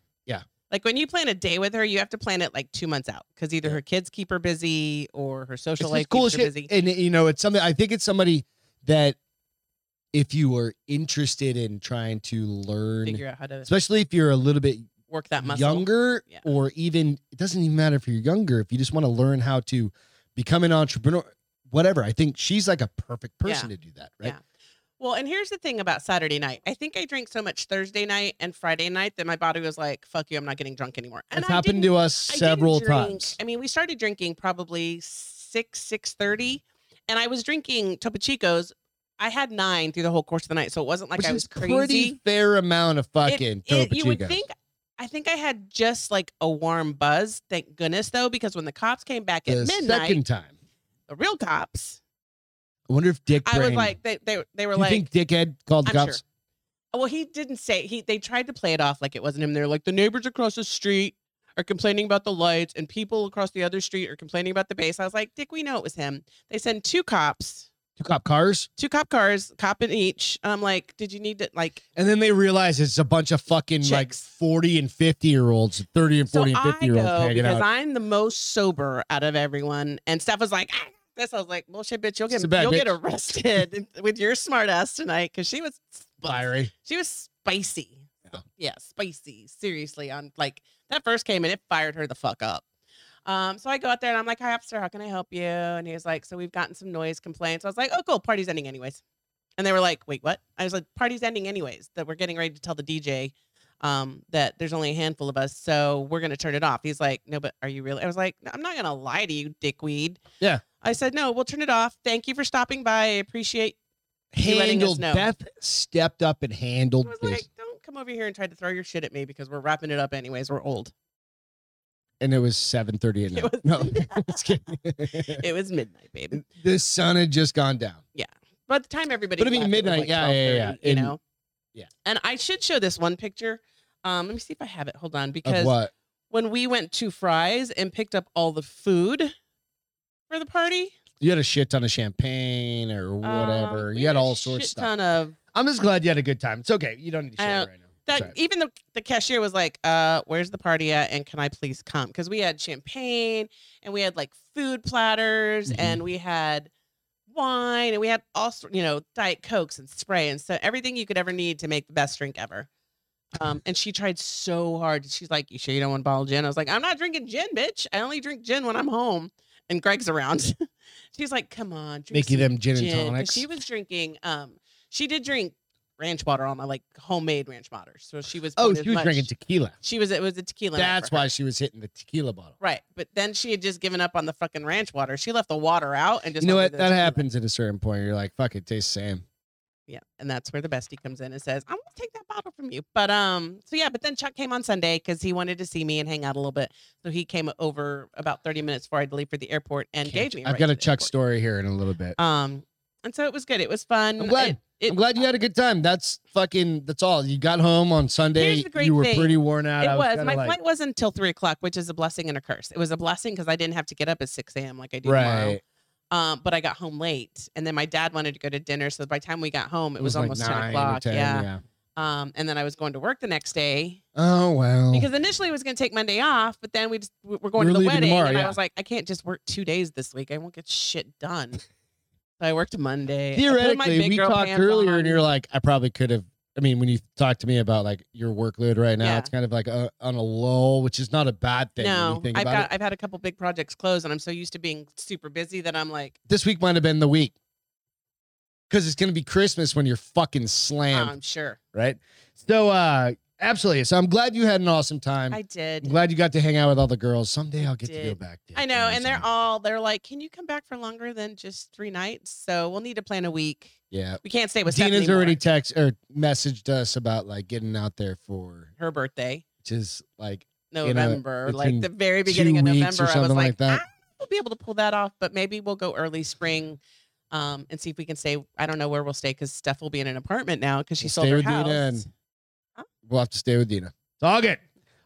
S2: Like when you plan a day with her, you have to plan it like two months out because either her kids keep her busy or her
S1: it's
S2: social
S1: just
S2: life
S1: cool as
S2: keeps her
S1: shit
S2: busy.
S1: and you know it's something i think it's somebody that if you are interested in trying to learn
S2: Figure out how to
S1: especially if you're a little bit
S2: work that muscle.
S1: younger
S2: Yeah.
S1: or even it doesn't even matter if you're younger if you just want to learn how to become an entrepreneur whatever i think she's like a perfect person to do that right
S2: Yeah. Well, and here's the thing about Saturday night. I think I drank so much Thursday night and Friday night that my body was like, fuck you, I'm not getting drunk anymore. And
S1: it's
S2: I
S1: happened
S2: didn't-
S1: to us
S2: I didn't
S1: several
S2: drink-
S1: times
S2: I mean, we started drinking probably six, six thirty, and I was drinking Topo Chicos. I had nine through the whole course of the night, so it wasn't like
S1: which
S2: I
S1: is
S2: was crazy.
S1: pretty fair amount of
S2: It-
S1: fucking
S2: it-
S1: Topo
S2: you would
S1: Chicos.
S2: think I think I had just like a warm buzz. Thank goodness though, because when the cops came back at
S1: the
S2: midnight,
S1: second time
S2: the real cops,
S1: i wonder if dick
S2: I was
S1: Brain-
S2: like they they, they were
S1: you
S2: like
S1: think dickhead called the
S2: I'm sure.
S1: cops
S2: well he didn't say he they tried to play it off like it wasn't him. They're like the neighbors across the street are complaining about the lights and people across the other street are complaining about the bass. I was like, Dick, we know it was him. They send two cops,
S1: two cop cars
S2: two cop cars, cop in each. I'm like, did you need to like
S1: and then they realize it's a bunch of fucking like
S2: Chicks.
S1: 40 and 50 year olds 30 and 40 and 50 year olds
S2: I go
S1: hanging
S2: because
S1: out
S2: I'm the most sober out of everyone. And Steph was like, ah, this. I was like, bullshit, bitch. You'll get
S1: Too bad,
S2: you'll get
S1: bitch."
S2: arrested with your smart ass tonight because she was spicy.
S1: fiery
S2: She was spicy.
S1: Yeah.
S2: Yeah. spicy. Seriously, on like that first came and it fired her the fuck up. Um, so I go out there and I'm like, hi, officer, how can I help you? And he was like, so we've gotten some noise complaints. I was like, oh, cool, party's ending anyways. And they were like, wait, what? I was like, party's ending anyways. That we're getting ready to tell the DJ um, that there's only a handful of us, so we're gonna turn it off. He's like, no, but are you really? I was like, "No, I'm not gonna lie to you, dickweed.
S1: Yeah.
S2: I said, no, we'll turn it off. Thank you for stopping by. I appreciate. You letting us
S1: handled
S2: know.
S1: beth stepped up and handled
S2: I was
S1: this
S2: like, don't come over here and try to throw your shit at me because we're wrapping it up anyways. We're old.
S1: and it was 7.30 at
S2: It
S1: night
S2: was-
S1: no just kidding
S2: It was midnight, baby.
S1: the sun had just gone down
S2: by the time everybody,
S1: But I mean,
S2: left, it was
S1: midnight,
S2: like
S1: yeah, yeah, yeah,
S2: 12:30, You
S1: and-
S2: know,
S1: yeah.
S2: And I should show this one picture. Um, let me see if I have it. Hold on,
S1: Of
S2: because
S1: what?
S2: when we went to Fry's and picked up all the food for the party,
S1: You had a shit ton of champagne or
S2: um,
S1: whatever.
S2: we
S1: you had
S2: a
S1: all sorts of
S2: shit
S1: stuff.
S2: Ton of
S1: I'm just glad you had a good time. It's okay. You don't need to
S2: I
S1: share it
S2: don't-
S1: right now.
S2: that.
S1: It's all right.
S2: Even the the cashier was like, "Uh, where's the party at? And can I please come? Because we had champagne and we had like food platters
S1: Mhm.
S2: and we had." Wine and we had all sor- you know diet cokes and spray and so everything you could ever need to make the best drink ever. Um, and she tried so hard. She's like, "You sure you don't want a bottle of gin?" I was like, "I'm not drinking gin, bitch. I only drink gin when I'm home and Greg's around." She's like, "Come on, drink
S1: Mickey
S2: some
S1: them gin and
S2: gin, 'cause
S1: tonics.
S2: She was drinking. Um, she did drink ranch water on my like homemade ranch water. So she was.
S1: oh,
S2: putting
S1: she
S2: as
S1: was drinking
S2: much-
S1: tequila.
S2: She was. It was a tequila. night
S1: That's
S2: for her.
S1: why she was hitting the tequila bottle.
S2: Right, but then she had just given up on the fucking ranch water. She left the water out and just.
S1: you know
S2: went
S1: what?
S2: with the
S1: That
S2: tequila.
S1: happens at a certain point. You're like, fuck, it tastes the same.
S2: Yeah, and that's where the bestie comes in and says, "I'm gonna take that bottle from you." But um, so yeah, but then Chuck came on Sunday because he wanted to see me and hang out a little bit. So he came over about 30 minutes before I had to leave for the airport and
S1: Can't-
S2: gave me.
S1: I've
S2: right
S1: got
S2: to
S1: a
S2: the
S1: Chuck
S2: airport.
S1: story here in a little bit.
S2: Um, and so it was good. It was fun.
S1: I'm glad.
S2: It- it-
S1: I'm glad you had a good time. That's fucking. That's all. You got home on Sunday.
S2: Here's the great
S1: You were
S2: thing.
S1: pretty worn out. I
S2: It was.
S1: kinda
S2: My
S1: like,
S2: flight wasn't until three o'clock, which is a blessing and a curse. It was a blessing because I didn't have to get up at six a.m. like I do tomorrow.
S1: right.
S2: Um, but I got home late, and then my dad wanted to go to dinner, so by the time we got home, it, was,
S1: like
S2: almost ten
S1: nine or
S2: o'clock.
S1: 10,
S2: yeah. Um, and then I was going to work the next day
S1: Oh well.
S2: because initially I was going to take Monday off, but then we just we- we're going
S1: We're
S2: to the
S1: leaving
S2: wedding,
S1: tomorrow,
S2: and
S1: yeah.
S2: I was like, I can't just work two days this week. I won't get shit done. so I worked Monday. I put my
S1: theoretically,
S2: big
S1: we
S2: girl
S1: talked
S2: pants
S1: earlier,
S2: on.
S1: and you're like, I probably could have. I mean, when you talk to me about like your workload right now,
S2: Yeah.
S1: it's kind of like uh on a lull, which is not a bad thing. when
S2: No,
S1: you think
S2: I've
S1: about
S2: got
S1: it.
S2: I've had a couple big projects close, and I'm so used to being super busy that I'm like.
S1: This week might have been the week because it's gonna be Christmas when you're fucking slammed,
S2: I'm "Um, sure.
S1: right? So, uh, absolutely. So I'm glad you had an awesome time.
S2: I
S1: I'm
S2: did.
S1: glad you got to hang out with all the girls. Someday I'll get to go
S2: Did.
S1: back. Dick.
S2: I know,
S1: You
S2: and they're
S1: someday.
S2: all they're like, "Can you come back for longer than just three nights?" So we'll need to plan a week.
S1: Yeah.
S2: We can't stay with
S1: Dina's
S2: Stephanie
S1: already
S2: Moore,
S1: text or messaged us about like getting out there for
S2: her birthday,
S1: which is like know,
S2: November,
S1: it's in
S2: like the very
S1: two
S2: beginning of
S1: weeks or
S2: November. I was
S1: something
S2: like,
S1: like that.
S2: "I will be able to pull that off, but maybe we'll go early spring." Um, and see if we can stay. I don't know where we'll stay because Steph will be in an apartment now because she
S1: We'll
S2: sold
S1: stay
S2: her
S1: with Dina
S2: house.
S1: and- we'll have to stay with Dina. It's all good.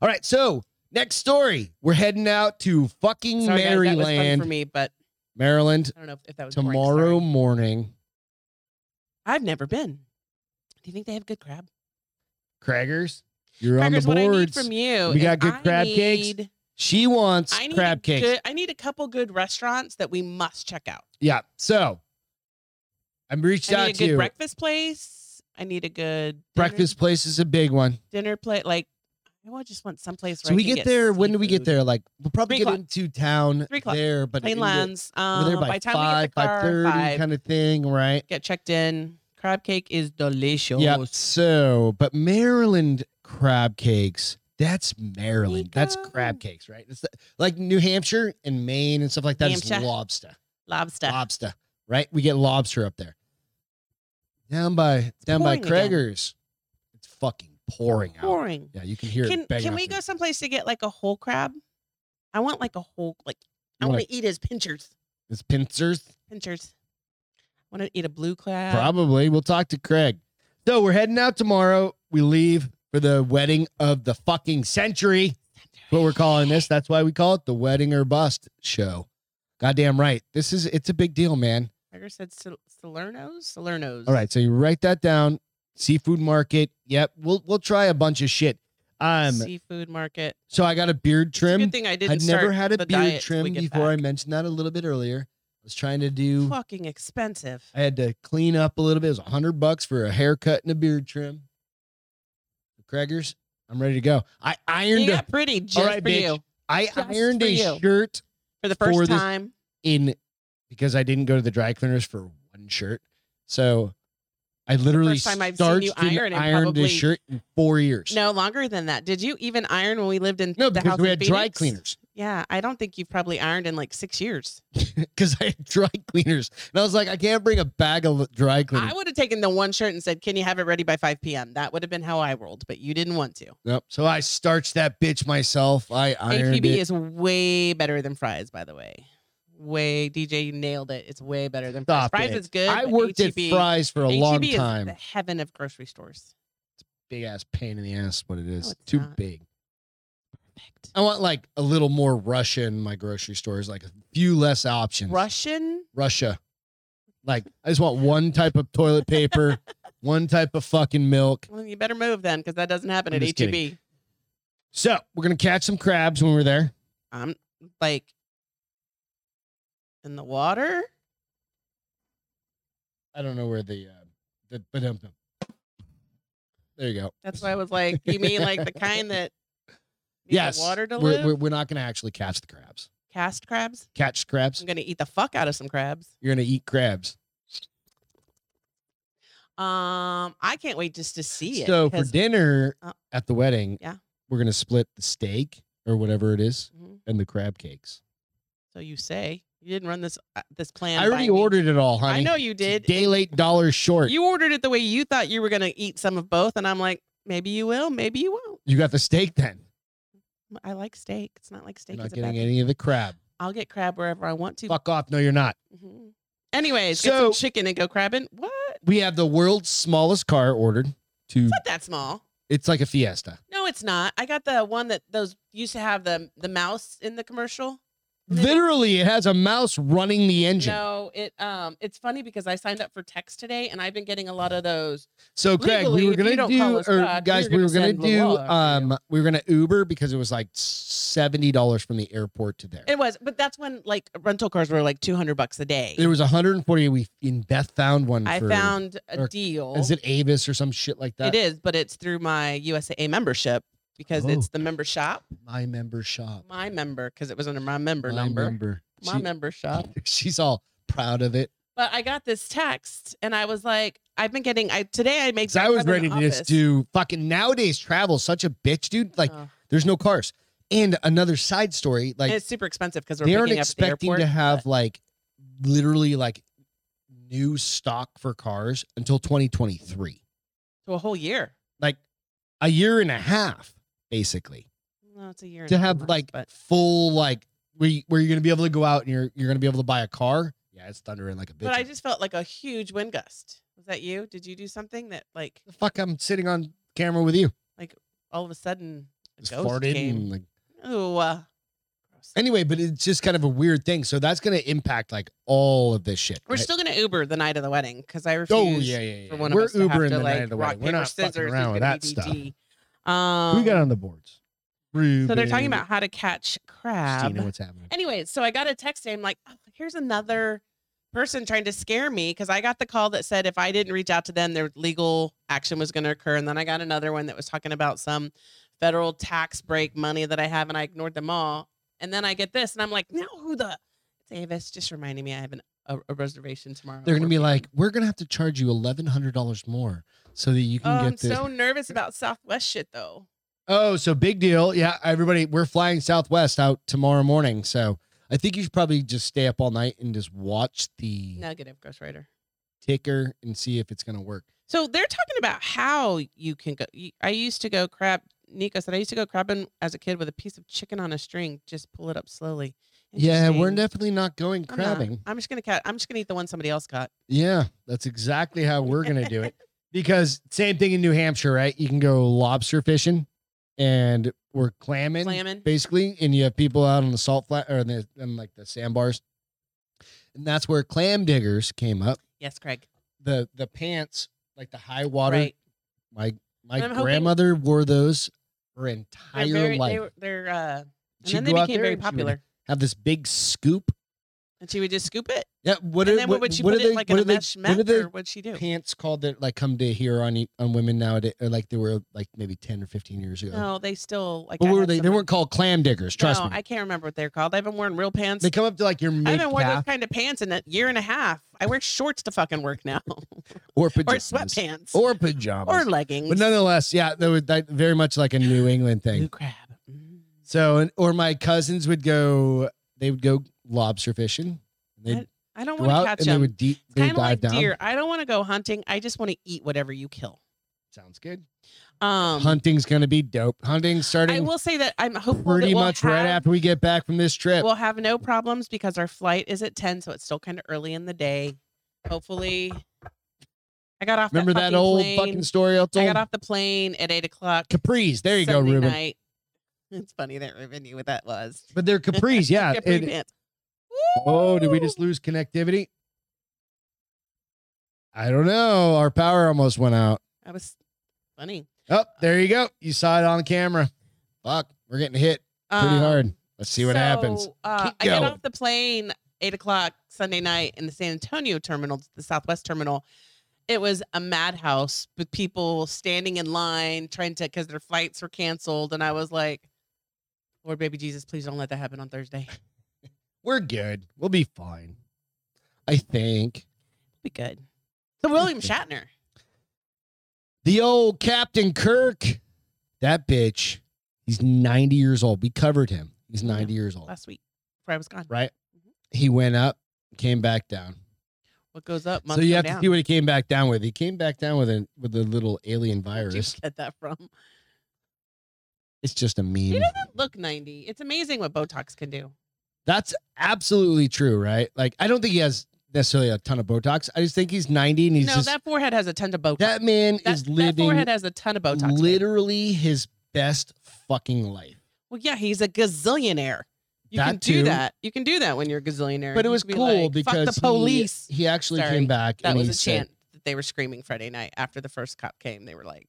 S1: All right. So next story, we're heading out to fucking
S2: Sorry, guys, that was fun
S1: Maryland,
S2: for me, but
S1: Maryland
S2: I don't know if that was boring, sorry.
S1: tomorrow morning.
S2: I've never been. Do you think they have good crab?
S1: Craggers, you're
S2: Crackers,
S1: on the
S2: What I
S1: boards.
S2: need from you.
S1: We got
S2: is
S1: good
S2: I
S1: crab cakes.
S2: need-
S1: she wants
S2: I need
S1: crab
S2: a
S1: cakes.
S2: good- I need a couple good restaurants that we must check out.
S1: Yeah. So I reached
S2: I
S1: out
S2: need a
S1: to
S2: good Mhm.
S1: you.
S2: breakfast place. I need a good dinner-
S1: Breakfast place is a big one.
S2: dinner plate. Like I just want someplace. Where
S1: So
S2: I
S1: we
S2: can
S1: get,
S2: get
S1: there. When do we get
S2: seafood.
S1: there? Like we'll probably
S2: Three
S1: get
S2: o'clock.
S1: into town
S2: Three o'clock.
S1: there, but
S2: Plain
S1: we
S2: lands.
S1: We're
S2: Um,
S1: there by,
S2: by the time we
S1: five,
S2: get the car,
S1: five thirty, kind of thing, right?
S2: get checked in. Crab cake is delicious.
S1: Yeah. Oh, So, but Maryland crab cakes. That's Maryland. That's crab
S2: Nico.
S1: cakes, right? It's the- like New Hampshire and Maine and stuff like that is
S2: Hampshire.
S1: lobster.
S2: Lobster.
S1: Lobster, right? We get lobster up there. Down by down by
S2: pouring again.
S1: Craigers, it's fucking pouring out.
S2: Boring.
S1: Yeah, you can hear
S2: Can
S1: it. banging
S2: can
S1: out
S2: we
S1: through-
S2: go someplace to get like a whole crab? I want like a whole like I
S1: You wanna-
S2: want to eat his pinchers.
S1: It's pincers.
S2: Pinchers. Want to eat a blue crab?
S1: Probably. We'll talk to Craig. So we're heading out tomorrow. We leave for the wedding of the fucking century. That's what we're calling this. That's why we call it the wedding or bust show. Goddamn right. This is it's a big deal, man.
S2: Tiger said Sil- Salerno's. Salerno's.
S1: All right, so you write that down. Seafood market. Yep. We'll we'll try a bunch of shit. Um
S2: Seafood market.
S1: so I got a beard
S2: It's a
S1: trim.
S2: good thing I didn't.
S1: I'd never
S2: start
S1: had a
S2: the
S1: beard
S2: diet till we
S1: trim
S2: get
S1: before I
S2: back.
S1: mentioned that a little bit earlier. I was trying to do
S2: Fucking expensive.
S1: I had to clean up a little bit. It was a hundred bucks for a haircut and a beard trim. Craigers, I'm ready to go. I
S2: You
S1: ironed a,
S2: got pretty just
S1: right,
S2: for
S1: bitch.
S2: you
S1: I
S2: just
S1: ironed
S2: for
S1: a
S2: you.
S1: shirt
S2: for the
S1: For
S2: first
S1: this-
S2: time.
S1: in because I didn't go to the dry cleaners for one shirt. So I literally
S2: first time I've seen
S1: starched
S2: you
S1: and
S2: iron in
S1: ironed
S2: probably-
S1: this shirt in four years.
S2: No longer than that. Did you even iron when we lived in
S1: no,
S2: the
S1: because
S2: house
S1: we
S2: in
S1: had dry
S2: Phoenix?
S1: cleaners.
S2: Yeah, I don't think you've probably ironed in like six years.
S1: Because I had dry cleaners, and I was like, I can't bring a bag of dry cleaners.
S2: I would have taken the one shirt and said, "Can you have it ready by 5 p.m.?" That would have been how I rolled, but you didn't want to.
S1: Nope. So I
S2: E
S1: starched that bitch myself. I ironed
S2: APB
S1: it.
S2: is way better than fries, by the way. way DJ you nailed it. It's way better than
S1: Stop
S2: Fries.
S1: it.
S2: Fries is good.
S1: I
S2: but E
S1: worked at
S2: H-E-B
S1: Fry's for a
S2: H-E-B
S1: long
S2: is
S1: time.
S2: the heaven of grocery stores.
S1: Big ass pain in the ass. What it is.
S2: it's
S1: Too
S2: not.
S1: big.
S2: Perfect.
S1: I want like a little more Russia in my grocery stores. Like a few less options.
S2: Russian.
S1: Russia. Like I just want one type of toilet paper, one type of fucking milk.
S2: Well, you better move then, because that doesn't happen
S1: I'm
S2: at E
S1: just kidding.
S2: HEB.
S1: So we're gonna catch some crabs when we're there.
S2: I'm like in the water.
S1: I don't know where the uh, the but there you go.
S2: That's why I was like, you mean like the kind that need
S1: yes,
S2: the water to
S1: we're,
S2: live?
S1: We're, we're not gonna actually catch the crabs.
S2: Cast crabs.
S1: Catch crabs.
S2: I'm gonna eat the fuck out of some crabs.
S1: You're gonna eat crabs.
S2: Um, I can't wait just to see it.
S1: So for
S2: 'cause-
S1: dinner
S2: Oh.
S1: at the wedding,
S2: Yeah.
S1: we're gonna split the steak or whatever it is
S2: Mhm.
S1: and the crab cakes.
S2: so you say you didn't run this uh, this plan.
S1: I
S2: by
S1: already
S2: me.
S1: ordered it all, honey.
S2: I know you did.
S1: Day late, dollar short. You,
S2: You ordered it the way you thought you were gonna eat some of both, and I'm like, maybe you will, maybe you won't.
S1: got the steak then.
S2: I like steak. It's not like steak
S1: You're
S2: is
S1: not
S2: a bad.
S1: getting
S2: thing.
S1: any of the crab.
S2: I'll get crab wherever I want to.
S1: Fuck off. No, you're not.
S2: hmm Anyways, get some
S1: So-
S2: chicken and go crabbing. What? It's
S1: We have the world's smallest car ordered. To
S2: not that small.
S1: it's like a Fiesta.
S2: No, it's not. I got the one that those used to have the the mouse in the commercial.
S1: Literally, it has a mouse running the engine.
S2: No, it um, it's funny because I signed up for text today, and I've been getting a lot of those.
S1: So Craig,
S2: Legally,
S1: we were
S2: if you
S1: gonna
S2: don't call
S1: do,
S2: us
S1: or
S2: God,
S1: guys, we
S2: we were
S1: were
S2: gonna
S1: gonna
S2: send
S1: do,
S2: Lola after you.
S1: um, we were gonna Uber because it was like seventy dollars from the airport to there.
S2: It was, but that's when like rental cars were like two hundred bucks a day.
S1: There was one hundred and forty. We in Beth found one.
S2: I
S1: Mm-hmm. for-
S2: found a
S1: or-
S2: deal.
S1: Is it Avis or some shit like that?
S2: it is, but it's through my USAA membership because
S1: Oh.
S2: it's the member shop,
S1: My member shop.
S2: my member, because it was under my member
S1: My
S2: number,
S1: member.
S2: my
S1: She- uh,
S2: member shop.
S1: She's all proud of it.
S2: But I got this text, and I was like, I've been getting. I today I made.
S1: Because I was ready to just do fucking nowadays travel. Such a bitch, dude.
S2: Oh.
S1: Like there's no cars. And another side story, like
S2: it's super expensive because we're
S1: they aren't
S2: picking up at the
S1: expecting
S2: airport.
S1: to have like literally like new stock for cars until 2023,
S2: to a whole year.
S1: like a year and a half, basically,
S2: No, it's a year. and
S1: to
S2: a few
S1: have
S2: months,
S1: like
S2: but
S1: full like where you, where you're gonna be able to go out and you're you're gonna be able to buy a car. Yeah, it's thundering like a bitch.
S2: but I just felt like a huge wind gust. Was that you? Did you do something that like
S1: the fuck I'm sitting on camera with you.
S2: all of a sudden a
S1: Just
S2: ghost
S1: farted
S2: came?
S1: and like.
S2: Ooh, uh, gross.
S1: Anyway, but it's just kind of a weird thing. So that's going to impact like all of this shit.
S2: We're
S1: right?
S2: still gonna Uber the night of the wedding because I refuse.
S1: Oh yeah, yeah, yeah.
S2: For one
S1: We're
S2: of us to have
S1: Ubering
S2: to,
S1: the
S2: like,
S1: night of the
S2: rock,
S1: wedding. We're
S2: paper,
S1: not fucking
S2: scissors.
S1: around with that
S2: who's gonna
S1: stuff.
S2: be DD. E Um,
S1: we got on the boards.
S2: So they're talking
S1: Ruben,
S2: about how to catch crab.
S1: Christina, what's happening?
S2: Anyways, so I got a text and I'm like, oh, here's another person trying to scare me because I got the call that said if I didn't reach out to them, their legal action was going to occur. And then I got another one that was talking about some federal tax break money that I have, and I ignored them all. And then I get this, and I'm like, now who the? It's Avis just reminding me I have an, a, a reservation tomorrow. at
S1: They're going to
S2: 4
S1: be
S2: p.m.
S1: like, we're going to have to charge you eleven hundred dollars more so that you
S2: oh,
S1: can
S2: I'm
S1: get this.
S2: so nervous about Southwest shit though.
S1: oh, so big deal. Yeah, everybody, we're flying Southwest out tomorrow morning. So I think you should probably just stay up all night and just watch the
S2: Negative ghostwriter.
S1: ticker and see if it's going to work.
S2: So they're talking about how you can go. you- I used to go crab. Nico said I used to go crabbing as a kid with a piece of chicken on a string. Just pull it up slowly.
S1: Yeah, we're
S2: Interesting.
S1: definitely not going
S2: I'm not.
S1: crabbing.
S2: I'm just gonna catch. I'm just gonna eat the one somebody else got.
S1: Yeah, that's exactly how we're gonna do it. Because same thing in New Hampshire, right? You can go lobster fishing, and we're clamming,
S2: Clamming.
S1: basically, and you have people out on the salt flat or in the in like the sandbars, and that's where clam diggers came up.
S2: Yes, Craig.
S1: The the pants, like the high water,
S2: Right.
S1: my
S2: And
S1: my
S2: I'm hoping-
S1: grandmother wore those her
S2: They're
S1: entire
S2: very.
S1: life.
S2: They were, they're. Uh, and
S1: She'd
S2: then they
S1: go out
S2: became
S1: there
S2: very
S1: and she would
S2: popular.
S1: Have this big scoop.
S2: And she would just scoop it.
S1: Yeah, what
S2: and
S1: are,
S2: then
S1: what,
S2: what would she
S1: what
S2: put
S1: are
S2: it
S1: they,
S2: like
S1: what
S2: in
S1: are
S2: a
S1: they,
S2: mesh
S1: what are
S2: mat,
S1: they
S2: or what'd she do?
S1: pants called that like come to here on e, on women nowadays or like they were like maybe 10 or 15 years ago
S2: No, they still Oh, like.
S1: but
S2: I
S1: what were
S2: had
S1: they they
S2: some-
S1: weren't called clam diggers trust
S2: no,
S1: me
S2: I can't remember what they're called. I haven't worn real pants.
S1: they come up to like your
S2: I
S1: mid
S2: haven't worn those
S1: calf
S2: kind of pants in a year and a half. I wear shorts to fucking work now,
S1: or
S2: or
S1: pajamas
S2: sweatpants,
S1: or pajamas
S2: or leggings.
S1: but nonetheless yeah they were that, very much like a new england
S2: Blue
S1: thing
S2: crab. Mm.
S1: so and, or my cousins would go they would go lobster fishing and they'd
S2: I don't
S1: go
S2: want
S1: out
S2: to catch
S1: and they
S2: them.
S1: would deep they
S2: Kind of
S1: dive
S2: like
S1: down
S2: deer. I don't want to go hunting. I just want to eat whatever you kill.
S1: Sounds good.
S2: Um,
S1: Hunting's gonna be dope. Hunting
S2: I
S1: starting
S2: will say that I'm hopeful
S1: pretty
S2: that we'll
S1: much
S2: have-
S1: right after we get back from this trip.
S2: We'll have no problems because our flight is at 10, so it's still kind of early in the day. Hopefully, I got off.
S1: Remember that,
S2: that, fucking
S1: old
S2: plane.
S1: fucking story I
S2: I
S1: told?
S2: got off the plane at eight o'clock.
S1: capris. There you go,
S2: Sunday
S1: Ruben.
S2: night. It's funny that Ruben knew what that was.
S1: But they're capris, yeah. Uh,
S2: Capri
S1: it-
S2: pants.
S1: oh, did we
S2: Woo!
S1: just lose connectivity? I don't know. Our power almost went out.
S2: That was funny.
S1: Oh, there you go. You saw it on camera. Fuck, we're getting hit pretty
S2: Um,
S1: hard. Let's see what happens.
S2: so, Uh,
S1: Keep
S2: I get
S1: going.
S2: off the plane eight o'clock Sunday night in the San Antonio terminal, the Southwest terminal. It was a madhouse with people standing in line trying to because their flights were canceled, and I was like, "Lord, baby Jesus, please don't let that happen on Thursday.
S1: We're good. We'll be fine. I think.
S2: Be good." So William Shatner,
S1: The old Captain Kirk, that bitch, he's 90 years old. We covered him. He's 90 years old.
S2: last week before I was gone.
S1: Right?
S2: Mm-hmm.
S1: He went up, came back down.
S2: What goes up must
S1: so you
S2: go
S1: have
S2: down.
S1: to see what he came back down with. He came back down with a with a little alien
S2: Where'd you
S1: virus.
S2: get that from?
S1: It's just a
S2: He
S1: meme.
S2: doesn't look ninety. It's amazing what Botox can do.
S1: That's absolutely true, right? Like I don't think he has necessarily a ton of Botox. I just think he's 90 and he's
S2: no,
S1: just that,
S2: that forehead has a ton of Botox. That,
S1: man
S2: that,
S1: is living
S2: forehead has a ton of Botox. babe.
S1: literally his best fucking life.
S2: Well, yeah, he's a gazillionaire. You can
S1: That
S2: do
S1: too.
S2: that. You can do that when you're a gazillionaire.
S1: But it
S2: You
S1: was
S2: can be
S1: cool
S2: like,
S1: because
S2: fuck the
S1: he-
S2: police.
S1: He, actually
S2: Sorry.
S1: came back
S2: that
S1: and
S2: was
S1: he
S2: a
S1: said,
S2: chant that they were screaming Friday night after the first cop came. They were like,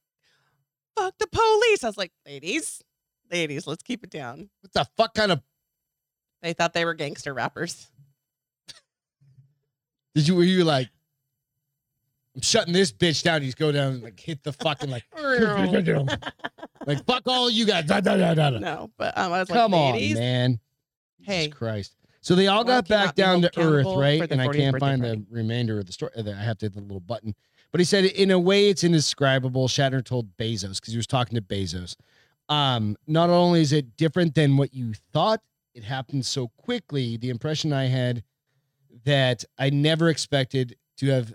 S2: "Fuck the police!" I was like, "Ladies, ladies, let's keep it down."
S1: "What the fuck kind of
S2: They thought they were gangster rappers.
S1: did you were you like I'm shutting this bitch down." You just go down and like hit the fucking like
S2: no,
S1: like fuck all you guys. Da, da, da, da, da.
S2: but um, I was
S1: Come
S2: like,
S1: on,
S2: "Ladies,
S1: man.
S2: Hey.
S1: Jesus Christ. So they all
S2: Well,
S1: got
S2: cannot
S1: back
S2: be
S1: down
S2: held
S1: to earth,
S2: accountable
S1: right?
S2: for the
S1: And I
S2: 40th
S1: can't
S2: birthday
S1: find the
S2: party.
S1: remainder of the story. I have to hit the little button. But he said, in a way, it's indescribable. Shatner told Bezos because he was talking to Bezos. Um, not only is it different than what you thought, it happened so quickly. The impression I had that I never expected to have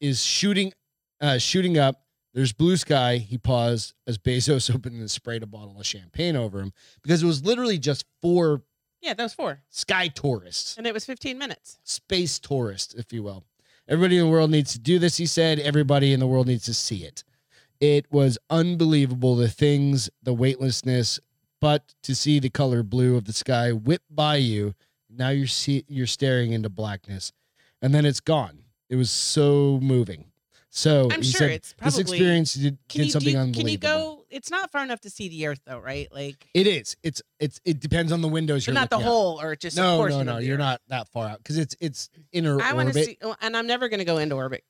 S1: is shooting, uh, shooting up. There's blue sky. He paused as Bezos opened and sprayed a bottle of champagne over him because it was literally just four
S2: yeah, that was four,
S1: sky tourists
S2: and it was 15 minutes."
S1: space tourist, if you will. Everybody in the world needs to do this, he said. Everybody in the world needs to see it. It was unbelievable the things, the weightlessness, but to see the color blue of the sky whip by you, now you're see, you're staring into blackness, and then it's gone. It was so moving. So
S2: I'm
S1: he
S2: sure
S1: Oh, said,
S2: it's
S1: this
S2: probably.
S1: experience did, did
S2: can you, do
S1: something
S2: you-
S1: unbelievable.
S2: can you go? It's not far enough to see the earth, though, right? Like,
S1: It is. It's it's it depends on the windows
S2: but
S1: you're
S2: not the
S1: looking out.
S2: whole or just a
S1: No,
S2: portion
S1: no,
S2: of
S1: no.
S2: the
S1: You're
S2: earth.
S1: not that far out because it's it's inner
S2: I want
S1: orbit.
S2: to see, oh, and I'm never going to go into orbit.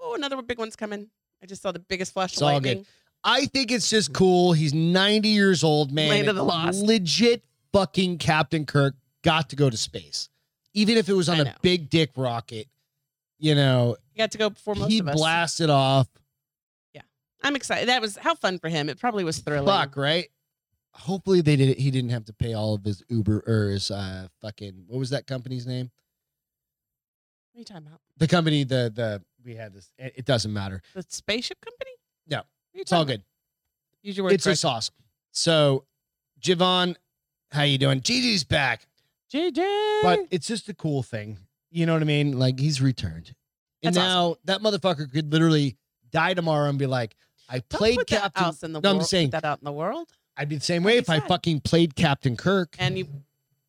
S2: Oh, another big one's coming. I just saw the biggest flash
S1: It's
S2: of
S1: all good.
S2: lightning.
S1: I think it's just cool. He's 90 years old, man.
S2: Land of the
S1: It's
S2: lost.
S1: Legit fucking Captain Kirk got to go to space. Even if it was on
S2: I
S1: a
S2: know.
S1: big dick rocket, you know,
S2: He got to go before most
S1: he
S2: of us.
S1: blasted off.
S2: I'm excited. That was how fun for him. It probably was thrilling.
S1: Fuck, right? Hopefully they did it. He didn't have to pay all of his Uber or his uh fucking what was that company's name?
S2: What are you talking about?
S1: The company, the the we had this. It, it doesn't matter.
S2: The spaceship company?
S1: No.
S2: What are you
S1: It's all
S2: talking
S1: good.
S2: about? Use your words.
S1: it's just awesome. So, Javon, how you doing? Gigi's back.
S2: correct. JJ.
S1: but it's just a cool thing. You know what I mean? Like he's returned, and
S2: That's
S1: now that motherfucker could literally die tomorrow and be like, "I
S2: Don't
S1: played
S2: put that
S1: Captain."
S2: out in the
S1: No, I'm
S2: world.
S1: saying-
S2: Put that out in the world,
S1: I'd be the same
S2: That'd
S1: way
S2: be
S1: if I
S2: sad.
S1: fucking played Captain Kirk.
S2: and you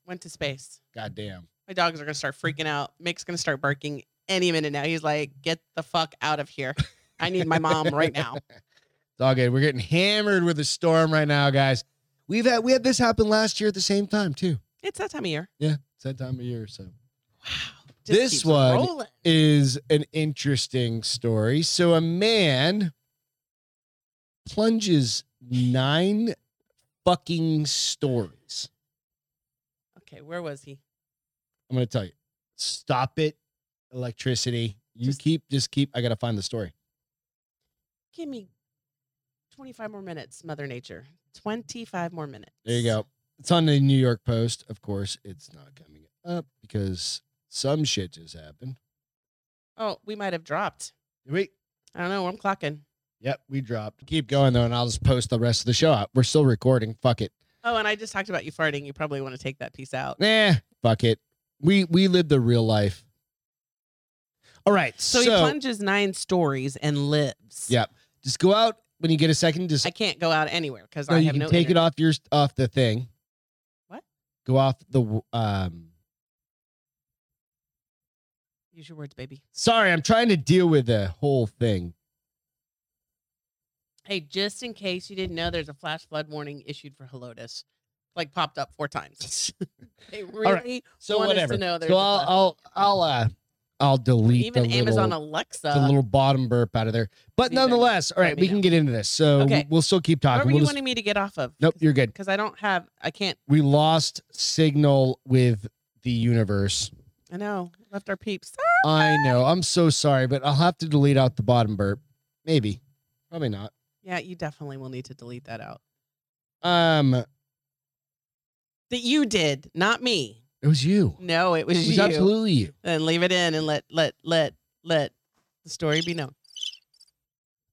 S2: went to space.
S1: Goddamn.
S2: My dogs are gonna start freaking out. Mick's gonna start barking any minute now. He's like, "Get the fuck out of here! I need my mom right now."
S1: It's all good. We're getting hammered with a storm right now, guys. We've had we had this happen last year at the same time too.
S2: It's that time of year.
S1: Yeah, it's that time of year. So
S2: Wow. Just
S1: This
S2: keeps
S1: one
S2: rolling.
S1: is an interesting story. So a man plunges nine fucking stories.
S2: Okay, where was he?
S1: I'm gonna tell you. Stop it, electricity. You
S2: Just-
S1: keep just keep. I gotta find the story.
S2: Give me 25 more minutes, Mother Nature. 25 more minutes.
S1: There you go. It's on the New York Post. Of course, it's not coming up because some shit just happened.
S2: Oh, we might have dropped.
S1: Wait,
S2: I don't know. I'm clocking.
S1: Yep, we dropped. Keep going though, and I'll just post the rest of the show out. We're still recording. Fuck it.
S2: Oh, and I just talked about you farting. You probably want to take that piece out.
S1: Nah, fuck it. We we live the real life. All right.
S2: So,
S1: So,
S2: he plunges nine stories and lives.
S1: Yeah. just go out when you get a second. Just
S2: I can't go out anywhere because
S1: no,
S2: I
S1: you
S2: have
S1: can
S2: no.
S1: take it off your off the thing.
S2: What?
S1: Go off the w- um.
S2: Use your words, baby.
S1: Sorry, I'm trying to deal with the whole thing.
S2: Hey, just in case you didn't know, there's a flash flood warning issued for Helotus. Like popped up four times. they really
S1: right. So
S2: want
S1: whatever.
S2: us to know there's
S1: so
S2: a
S1: I'll
S2: flash-
S1: I'll I'll uh I'll delete
S2: even
S1: the little,
S2: Amazon Alexa.
S1: the little bottom burp out of there. But
S2: Leave it.
S1: nonetheless, all right,
S2: Let me
S1: we can
S2: know.
S1: get into this. So
S2: Okay.
S1: we- we'll still keep
S2: Where
S1: talking.
S2: were
S1: We'll
S2: you
S1: just-
S2: wanting me to get off of?
S1: nope, you're good.
S2: Because I don't have. I can't.
S1: We lost signal with the universe.
S2: I know. Left our peeps.
S1: I know. I'm so sorry, but I'll have to delete out the bottom burp. Maybe. Probably not.
S2: Yeah, you definitely will need to delete that out.
S1: Um, it
S2: That you did, not me.
S1: was you.
S2: No, it
S1: It
S2: was,
S1: was
S2: you.
S1: absolutely you.
S2: Then leave it in and let let let let the story be known.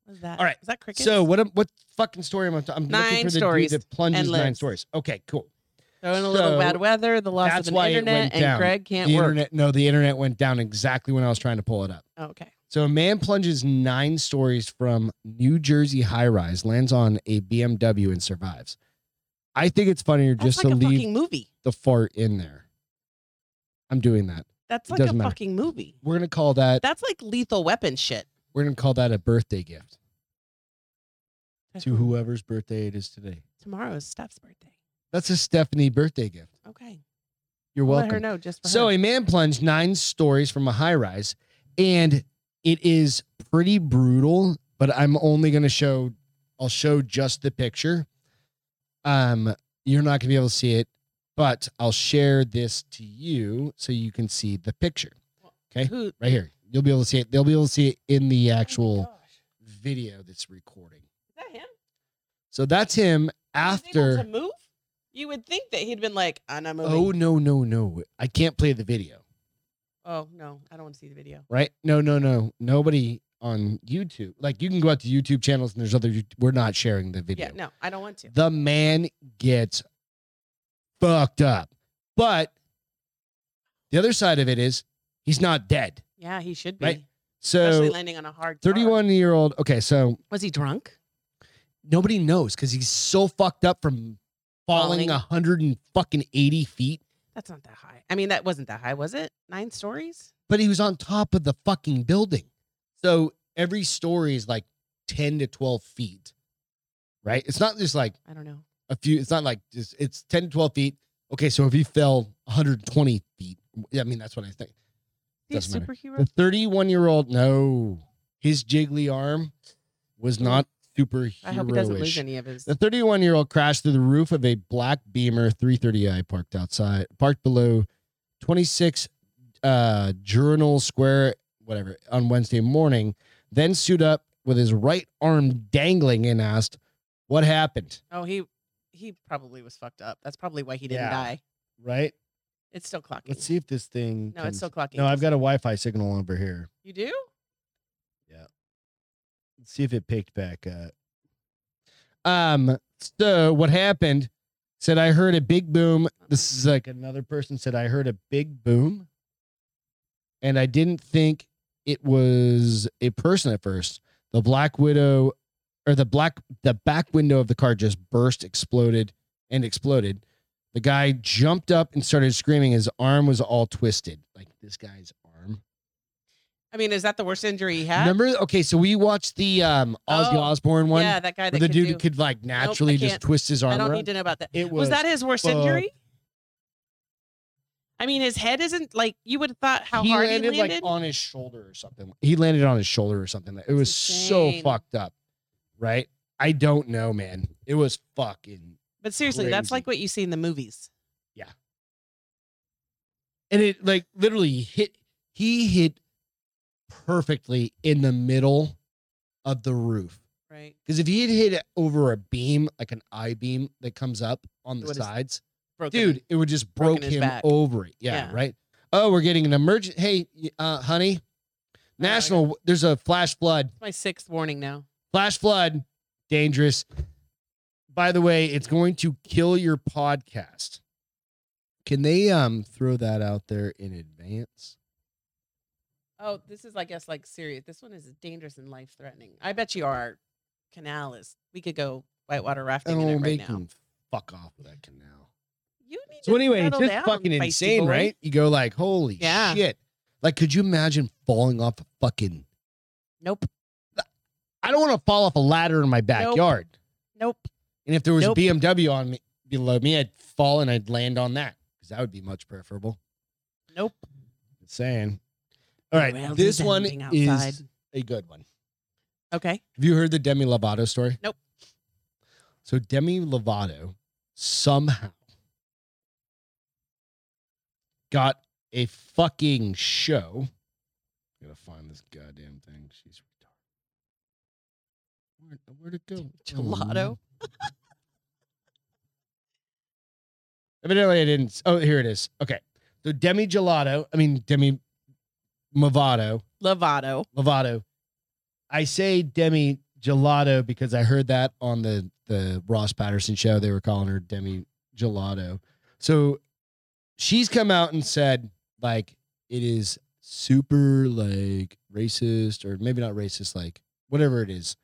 S2: Was that
S1: All right.
S2: Was that cricket?
S1: So what? am- What fucking story am I? T- I'm
S2: Nine
S1: looking for the
S2: stories
S1: dude that plunges
S2: and
S1: nine
S2: lives.
S1: stories. Okay, cool.
S2: so in a little bad
S1: so
S2: weather, the loss
S1: that's
S2: of an
S1: why it
S2: internet,
S1: went
S2: and
S1: down.
S2: Greg can't
S1: the
S2: work.
S1: internet. No, the internet went down exactly when I was trying to pull it up.
S2: Oh, okay.
S1: So a man plunges nine stories from New Jersey high rise, lands on a BMW, and survives. I think it's funnier
S2: That's
S1: just
S2: like
S1: to
S2: a
S1: leave
S2: fucking movie.
S1: the fart in there. I'm doing that.
S2: That's
S1: It
S2: like a
S1: doesn't matter.
S2: fucking movie.
S1: We're gonna call that.
S2: That's like lethal weapon shit.
S1: We're gonna call that a birthday gift to whoever's birthday it is today.
S2: Tomorrow is Steph's birthday.
S1: That's a Stephanie birthday gift.
S2: Okay.
S1: You're
S2: We'll
S1: welcome.
S2: Let her know just for
S1: So
S2: her.
S1: a man plunged nine stories from a high rise, and it is pretty brutal. But I'm only going to show, I'll show just the picture. Um, you're not going to be able to see it, but I'll share this to you so you can see the picture
S2: Who,
S1: right here. You'll be able to see it. They'll be able to see it in the
S2: Oh my
S1: actual
S2: gosh.
S1: video that's recording.
S2: Is that him?
S1: So that's him
S2: He was able
S1: after.
S2: to move. You would think that he'd been like, "I'm not moving."
S1: Oh no no no! I can't play the video.
S2: Oh no, I don't want to see the video.
S1: right? No, no, no. Nobody on YouTube. Like you can go out to YouTube channels and there's other. you- We're not sharing the video.
S2: Yeah, no, I don't want to.
S1: The man gets fucked up, but the other side of it is he's not dead.
S2: Yeah, he should be.
S1: Right.
S2: Especially
S1: So
S2: landing on a hard. car.
S1: 31 year old. Okay, so
S2: Was he drunk?
S1: nobody knows because he's so fucked up from falling
S2: Falling.
S1: 180 feet.
S2: That's not that high. I mean, that wasn't that high, was it? Nine stories?
S1: But he was on top of the fucking building, so every story is like 10 to 12 feet. Right? It's not just like
S2: I don't know.
S1: a few it's not like just it's 10 to 12 feet okay so if he fell 120 feet yeah, i mean that's what i think
S2: He's
S1: Doesn't matter.
S2: superhero.
S1: the 31 year old no his jiggly arm was not superheroish
S2: I hope he doesn't lose any of his.
S1: the 31 year old crashed through the roof of a black beamer 330i parked outside parked below 26 uh journal square whatever on wednesday morning then suit up with his right arm dangling and asked what happened
S2: Oh, he he probably was fucked up. That's probably why he didn't
S1: Yeah.
S2: die.
S1: right
S2: It's still clocking.
S1: Let's see if this thing.
S2: no, it's still
S1: comes-
S2: clocking.
S1: No, I've got a Wi-Fi signal over here.
S2: You do?
S1: Let's see if it picked back up. Um. So what happened? Said I heard a big boom. This is like another person said I heard a big boom, and I didn't think it was a person at first. The black widow, or the black the back window of the car just burst, exploded, and exploded. The guy jumped up and started screaming. His arm was all twisted, like this guy's arm.
S2: I mean, is that the worst injury he had?
S1: Remember? Okay, so we watched the um, Ozzy
S2: Oh,
S1: Osbourne one.
S2: yeah, that guy
S1: where
S2: that
S1: the
S2: could
S1: dude
S2: do-
S1: could like naturally just
S2: can't.
S1: twist his arm.
S2: I don't
S1: around.
S2: need to know about that.
S1: It
S2: was, that his worst
S1: fucked
S2: injury? I mean, his head isn't like you would have thought how
S1: he
S2: hard
S1: landed,
S2: he landed.
S1: like on his shoulder or something. He landed on his shoulder or something. It was so
S2: insane.
S1: fucked up, right? I don't know, man. It was fucking,
S2: but seriously, that's like
S1: crazy.
S2: what you see in the movies.
S1: and it like literally hit. He hit perfectly in the middle of the roof.
S2: Right.
S1: Because if he had hit it over a beam, like an I beam that comes up on
S2: It
S1: the
S2: would've
S1: sides,
S2: Broken.
S1: dude, it would just
S2: broken
S1: broke
S2: his
S1: him
S2: back.
S1: over it. Yeah,
S2: Yeah.
S1: right. Oh, we're getting an emergent. Hey, y- uh, honey,
S2: I
S1: national. There's a flash flood.
S2: my sixth warning now.
S1: Flash flood, dangerous. By the way, it's going to kill your podcast. Can they um throw that out there in advance?
S2: Oh, this is, I guess, like serious. This one is dangerous and life threatening. I bet you our canal is. We could go whitewater rafting in
S1: Oh,
S2: it
S1: they
S2: right now.
S1: can fuck off with that canal.
S2: You need
S1: So
S2: to
S1: anyway, it's
S2: settle
S1: just
S2: down,
S1: fucking
S2: feisty
S1: insane,
S2: boy.
S1: right? You go like, holy
S2: Yeah.
S1: shit! Like, could you imagine falling off a fucking?
S2: Nope.
S1: I don't want to fall off a ladder in my backyard.
S2: Nope.
S1: And if there was
S2: Nope.
S1: a BMW on me below me, I'd fall and I'd land on that because that would be much preferable.
S2: Nope.
S1: Just saying. All right,
S2: World
S1: this
S2: is
S1: one
S2: ending
S1: is
S2: outside.
S1: a good one.
S2: Okay.
S1: Have you heard the Demi Lovato story?
S2: Nope.
S1: So Demi Lovato somehow got a fucking show. I gotta find this goddamn thing. She's retarded. Where, where'd it go?
S2: Gelato.
S1: Oh. Evidently, I didn't. Oh, here it is. Okay. So Demi Gelato, I mean, Demi Movato,
S2: Lovato.
S1: Lovato. I say Demi Gelato because I heard that on the the Ross Patterson show. They were calling her Demi Gelato. So she's come out and said like it is super like racist or maybe not racist like whatever it is.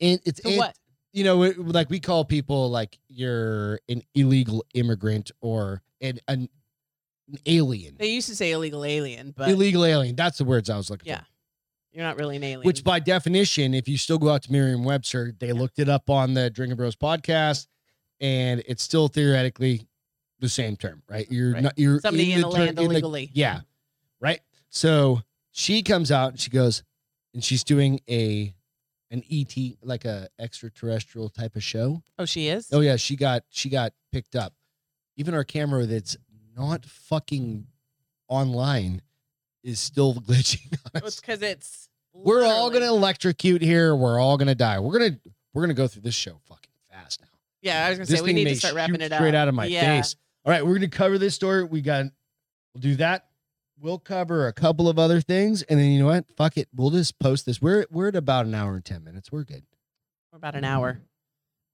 S1: And it's
S2: So
S1: an-
S2: what?
S1: you know it, like we call people like you're an illegal immigrant or an an, an alien.
S2: They used to say illegal alien, but
S1: illegal alien. That's the words I was looking for.
S2: yeah, you're not really an alien.
S1: Which, by definition, if you still go out to Merriam Webster, they looked it up on the Drinking Bros podcast, and it's still theoretically the same term, right? You're
S2: Right.
S1: not you're
S2: somebody in the
S1: ter-
S2: land
S1: in the-
S2: illegally.
S1: yeah, right. So she comes out and she goes, and she's doing a an ET like a extraterrestrial type of show.
S2: Oh, she is.
S1: Oh yeah, she got she got picked up. Even our camera that's not fucking online is still glitching on us.
S2: Oh, it's because it's.
S1: We're all
S2: literally-
S1: gonna electrocute here. We're all gonna die. We're gonna we're gonna go through this show fucking fast now.
S2: Yeah, I was gonna
S1: This
S2: say we
S1: thing
S2: need to
S1: may
S2: start wrapping
S1: shoot
S2: it up.
S1: straight out of my
S2: Yeah.
S1: face. All right, we're gonna cover this story. We got we'll do that. We'll cover a couple of other things, and then you know what? Fuck it. We'll just post this. We're we're at about an hour and ten minutes. We're good.
S2: We're about an hour.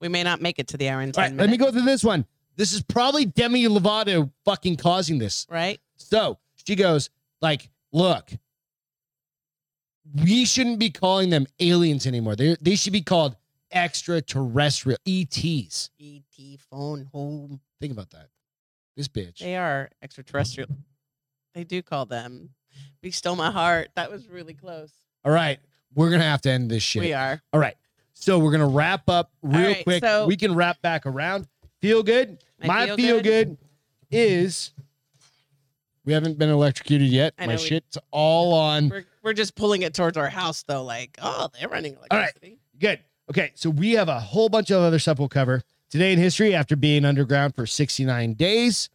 S2: We may not make it to the hour and
S1: All
S2: ten
S1: right,
S2: minutes.
S1: let me go through this one. This is probably Demi Lovato fucking causing this.
S2: Right?
S1: So she goes, like, look, we shouldn't be calling them aliens anymore. They they should be called extraterrestrial ETs.
S2: ET phone home.
S1: Think about that. This bitch.
S2: They are extraterrestrial. They do call them. Be still my heart. That was really close.
S1: All right, we're gonna have to end this shit.
S2: We are.
S1: All right, so we're gonna wrap up real
S2: right,
S1: quick.
S2: so-
S1: we can wrap back around. Feel good.
S2: I
S1: My feel,
S2: feel
S1: good.
S2: good.
S1: is we haven't been electrocuted yet.
S2: I
S1: My
S2: know we-
S1: shit's all on.
S2: We're we're just pulling it towards our house though. Like, oh, they're running
S1: All right.
S2: electricity.
S1: Good. Okay. So we have a whole bunch of other stuff we'll cover today in history after being underground for 69 days.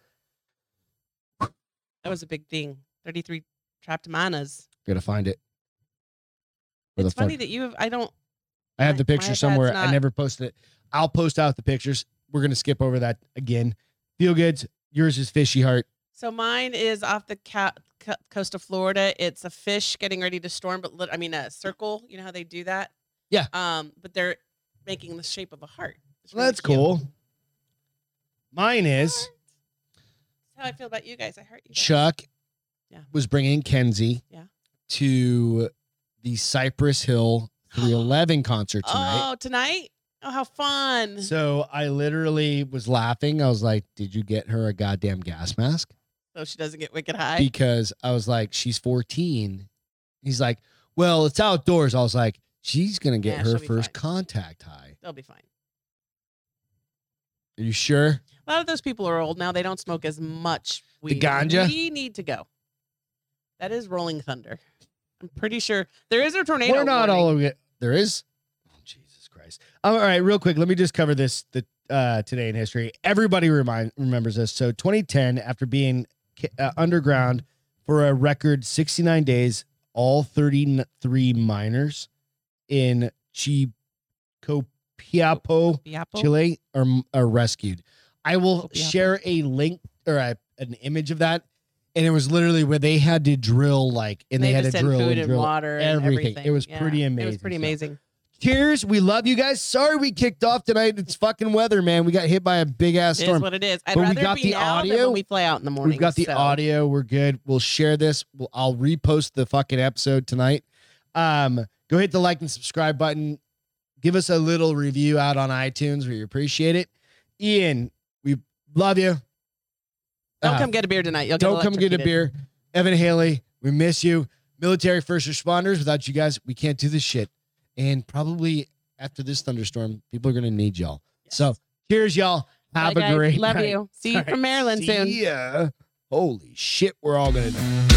S2: That was a big thing. Thirty-three trapped manas.
S1: Gotta find it. Where the
S2: It's
S1: fuck-
S2: funny that you have. I don't.
S1: I have the
S2: my- my
S1: picture
S2: iPad's
S1: somewhere. I
S2: not-
S1: never posted it. I'll post out the pictures. We're gonna skip over that again. Feel goods. Yours is fishy heart.
S2: So mine is off the ca- co- coast of Florida. It's a fish getting ready to storm, but lit- I mean a circle. You know how they do that?
S1: Yeah.
S2: Um, but they're making the shape of a heart. It's
S1: Well,
S2: really
S1: that's
S2: cute.
S1: cool. Mine is
S2: Heart. That's how I feel about you guys. I hurt you. guys.
S1: Chuck
S2: Yeah.
S1: was bringing Kenzie
S2: Yeah.
S1: to the Cypress Hill 311 concert tonight.
S2: Oh, tonight? Oh, how fun. So,
S1: So I literally was laughing. I was like, "Did you get her a goddamn gas mask?"
S2: Oh, she doesn't get wicked high.
S1: Because I was like, "She's 14." He's like, "Well, it's outdoors." I was like, "She's gonna get
S2: Yeah,
S1: her
S2: she'll be
S1: first
S2: fine.
S1: contact high."
S2: They'll be fine.
S1: Are you sure?
S2: A lot of those people are old now. They don't smoke as much weed.
S1: ganja?
S2: We need to go. That is rolling thunder. I'm pretty sure there is a tornado.
S1: We're not
S2: warning.
S1: all of it. There is. Oh, Jesus Christ! All right, real quick, let me just cover this. The uh, today in history, everybody remind remembers this. So 2010, after being ki- uh, underground for a record 69 days, all 33 miners in Chicopiapo,
S2: Yapo?
S1: Chile, are are rescued. I will
S2: Copiapo.
S1: share a link or a, an image of that. And it was literally where they had to drill like, and they, had
S2: just
S1: to
S2: send
S1: drill
S2: food
S1: and drill
S2: water and
S1: everything. It was pretty
S2: It was
S1: amazing,
S2: pretty
S1: so-
S2: amazing.
S1: Cheers. We love you guys. Sorry we kicked off tonight. It's fucking weather, man. We got hit by a big ass
S2: It is
S1: storm.
S2: what it is. I'd
S1: But we
S2: rather
S1: got
S2: it
S1: the
S2: be now than
S1: audio.
S2: when we play out in the morning.
S1: We've got the
S2: so-
S1: audio. We're good. We'll share this. We'll, I'll repost the fucking episode tonight. Um, go hit the like and subscribe button. Give us a little review out on iTunes. We appreciate it. Ian, we love you.
S2: Don't
S1: Uh,
S2: come get a beer tonight. You'll
S1: don't
S2: get
S1: come get a beer.
S2: electrocuted.
S1: Evan Haley, we miss you. Military first responders, without you guys, we can't do this shit. And probably after this thunderstorm, people are going to need y'all. So cheers, y'all. Have
S2: Bye,
S1: a
S2: guys.
S1: great
S2: Love
S1: night.
S2: you. See you
S1: All right.
S2: from Maryland
S1: See
S2: soon.
S1: ya. Holy shit, we're all going to die.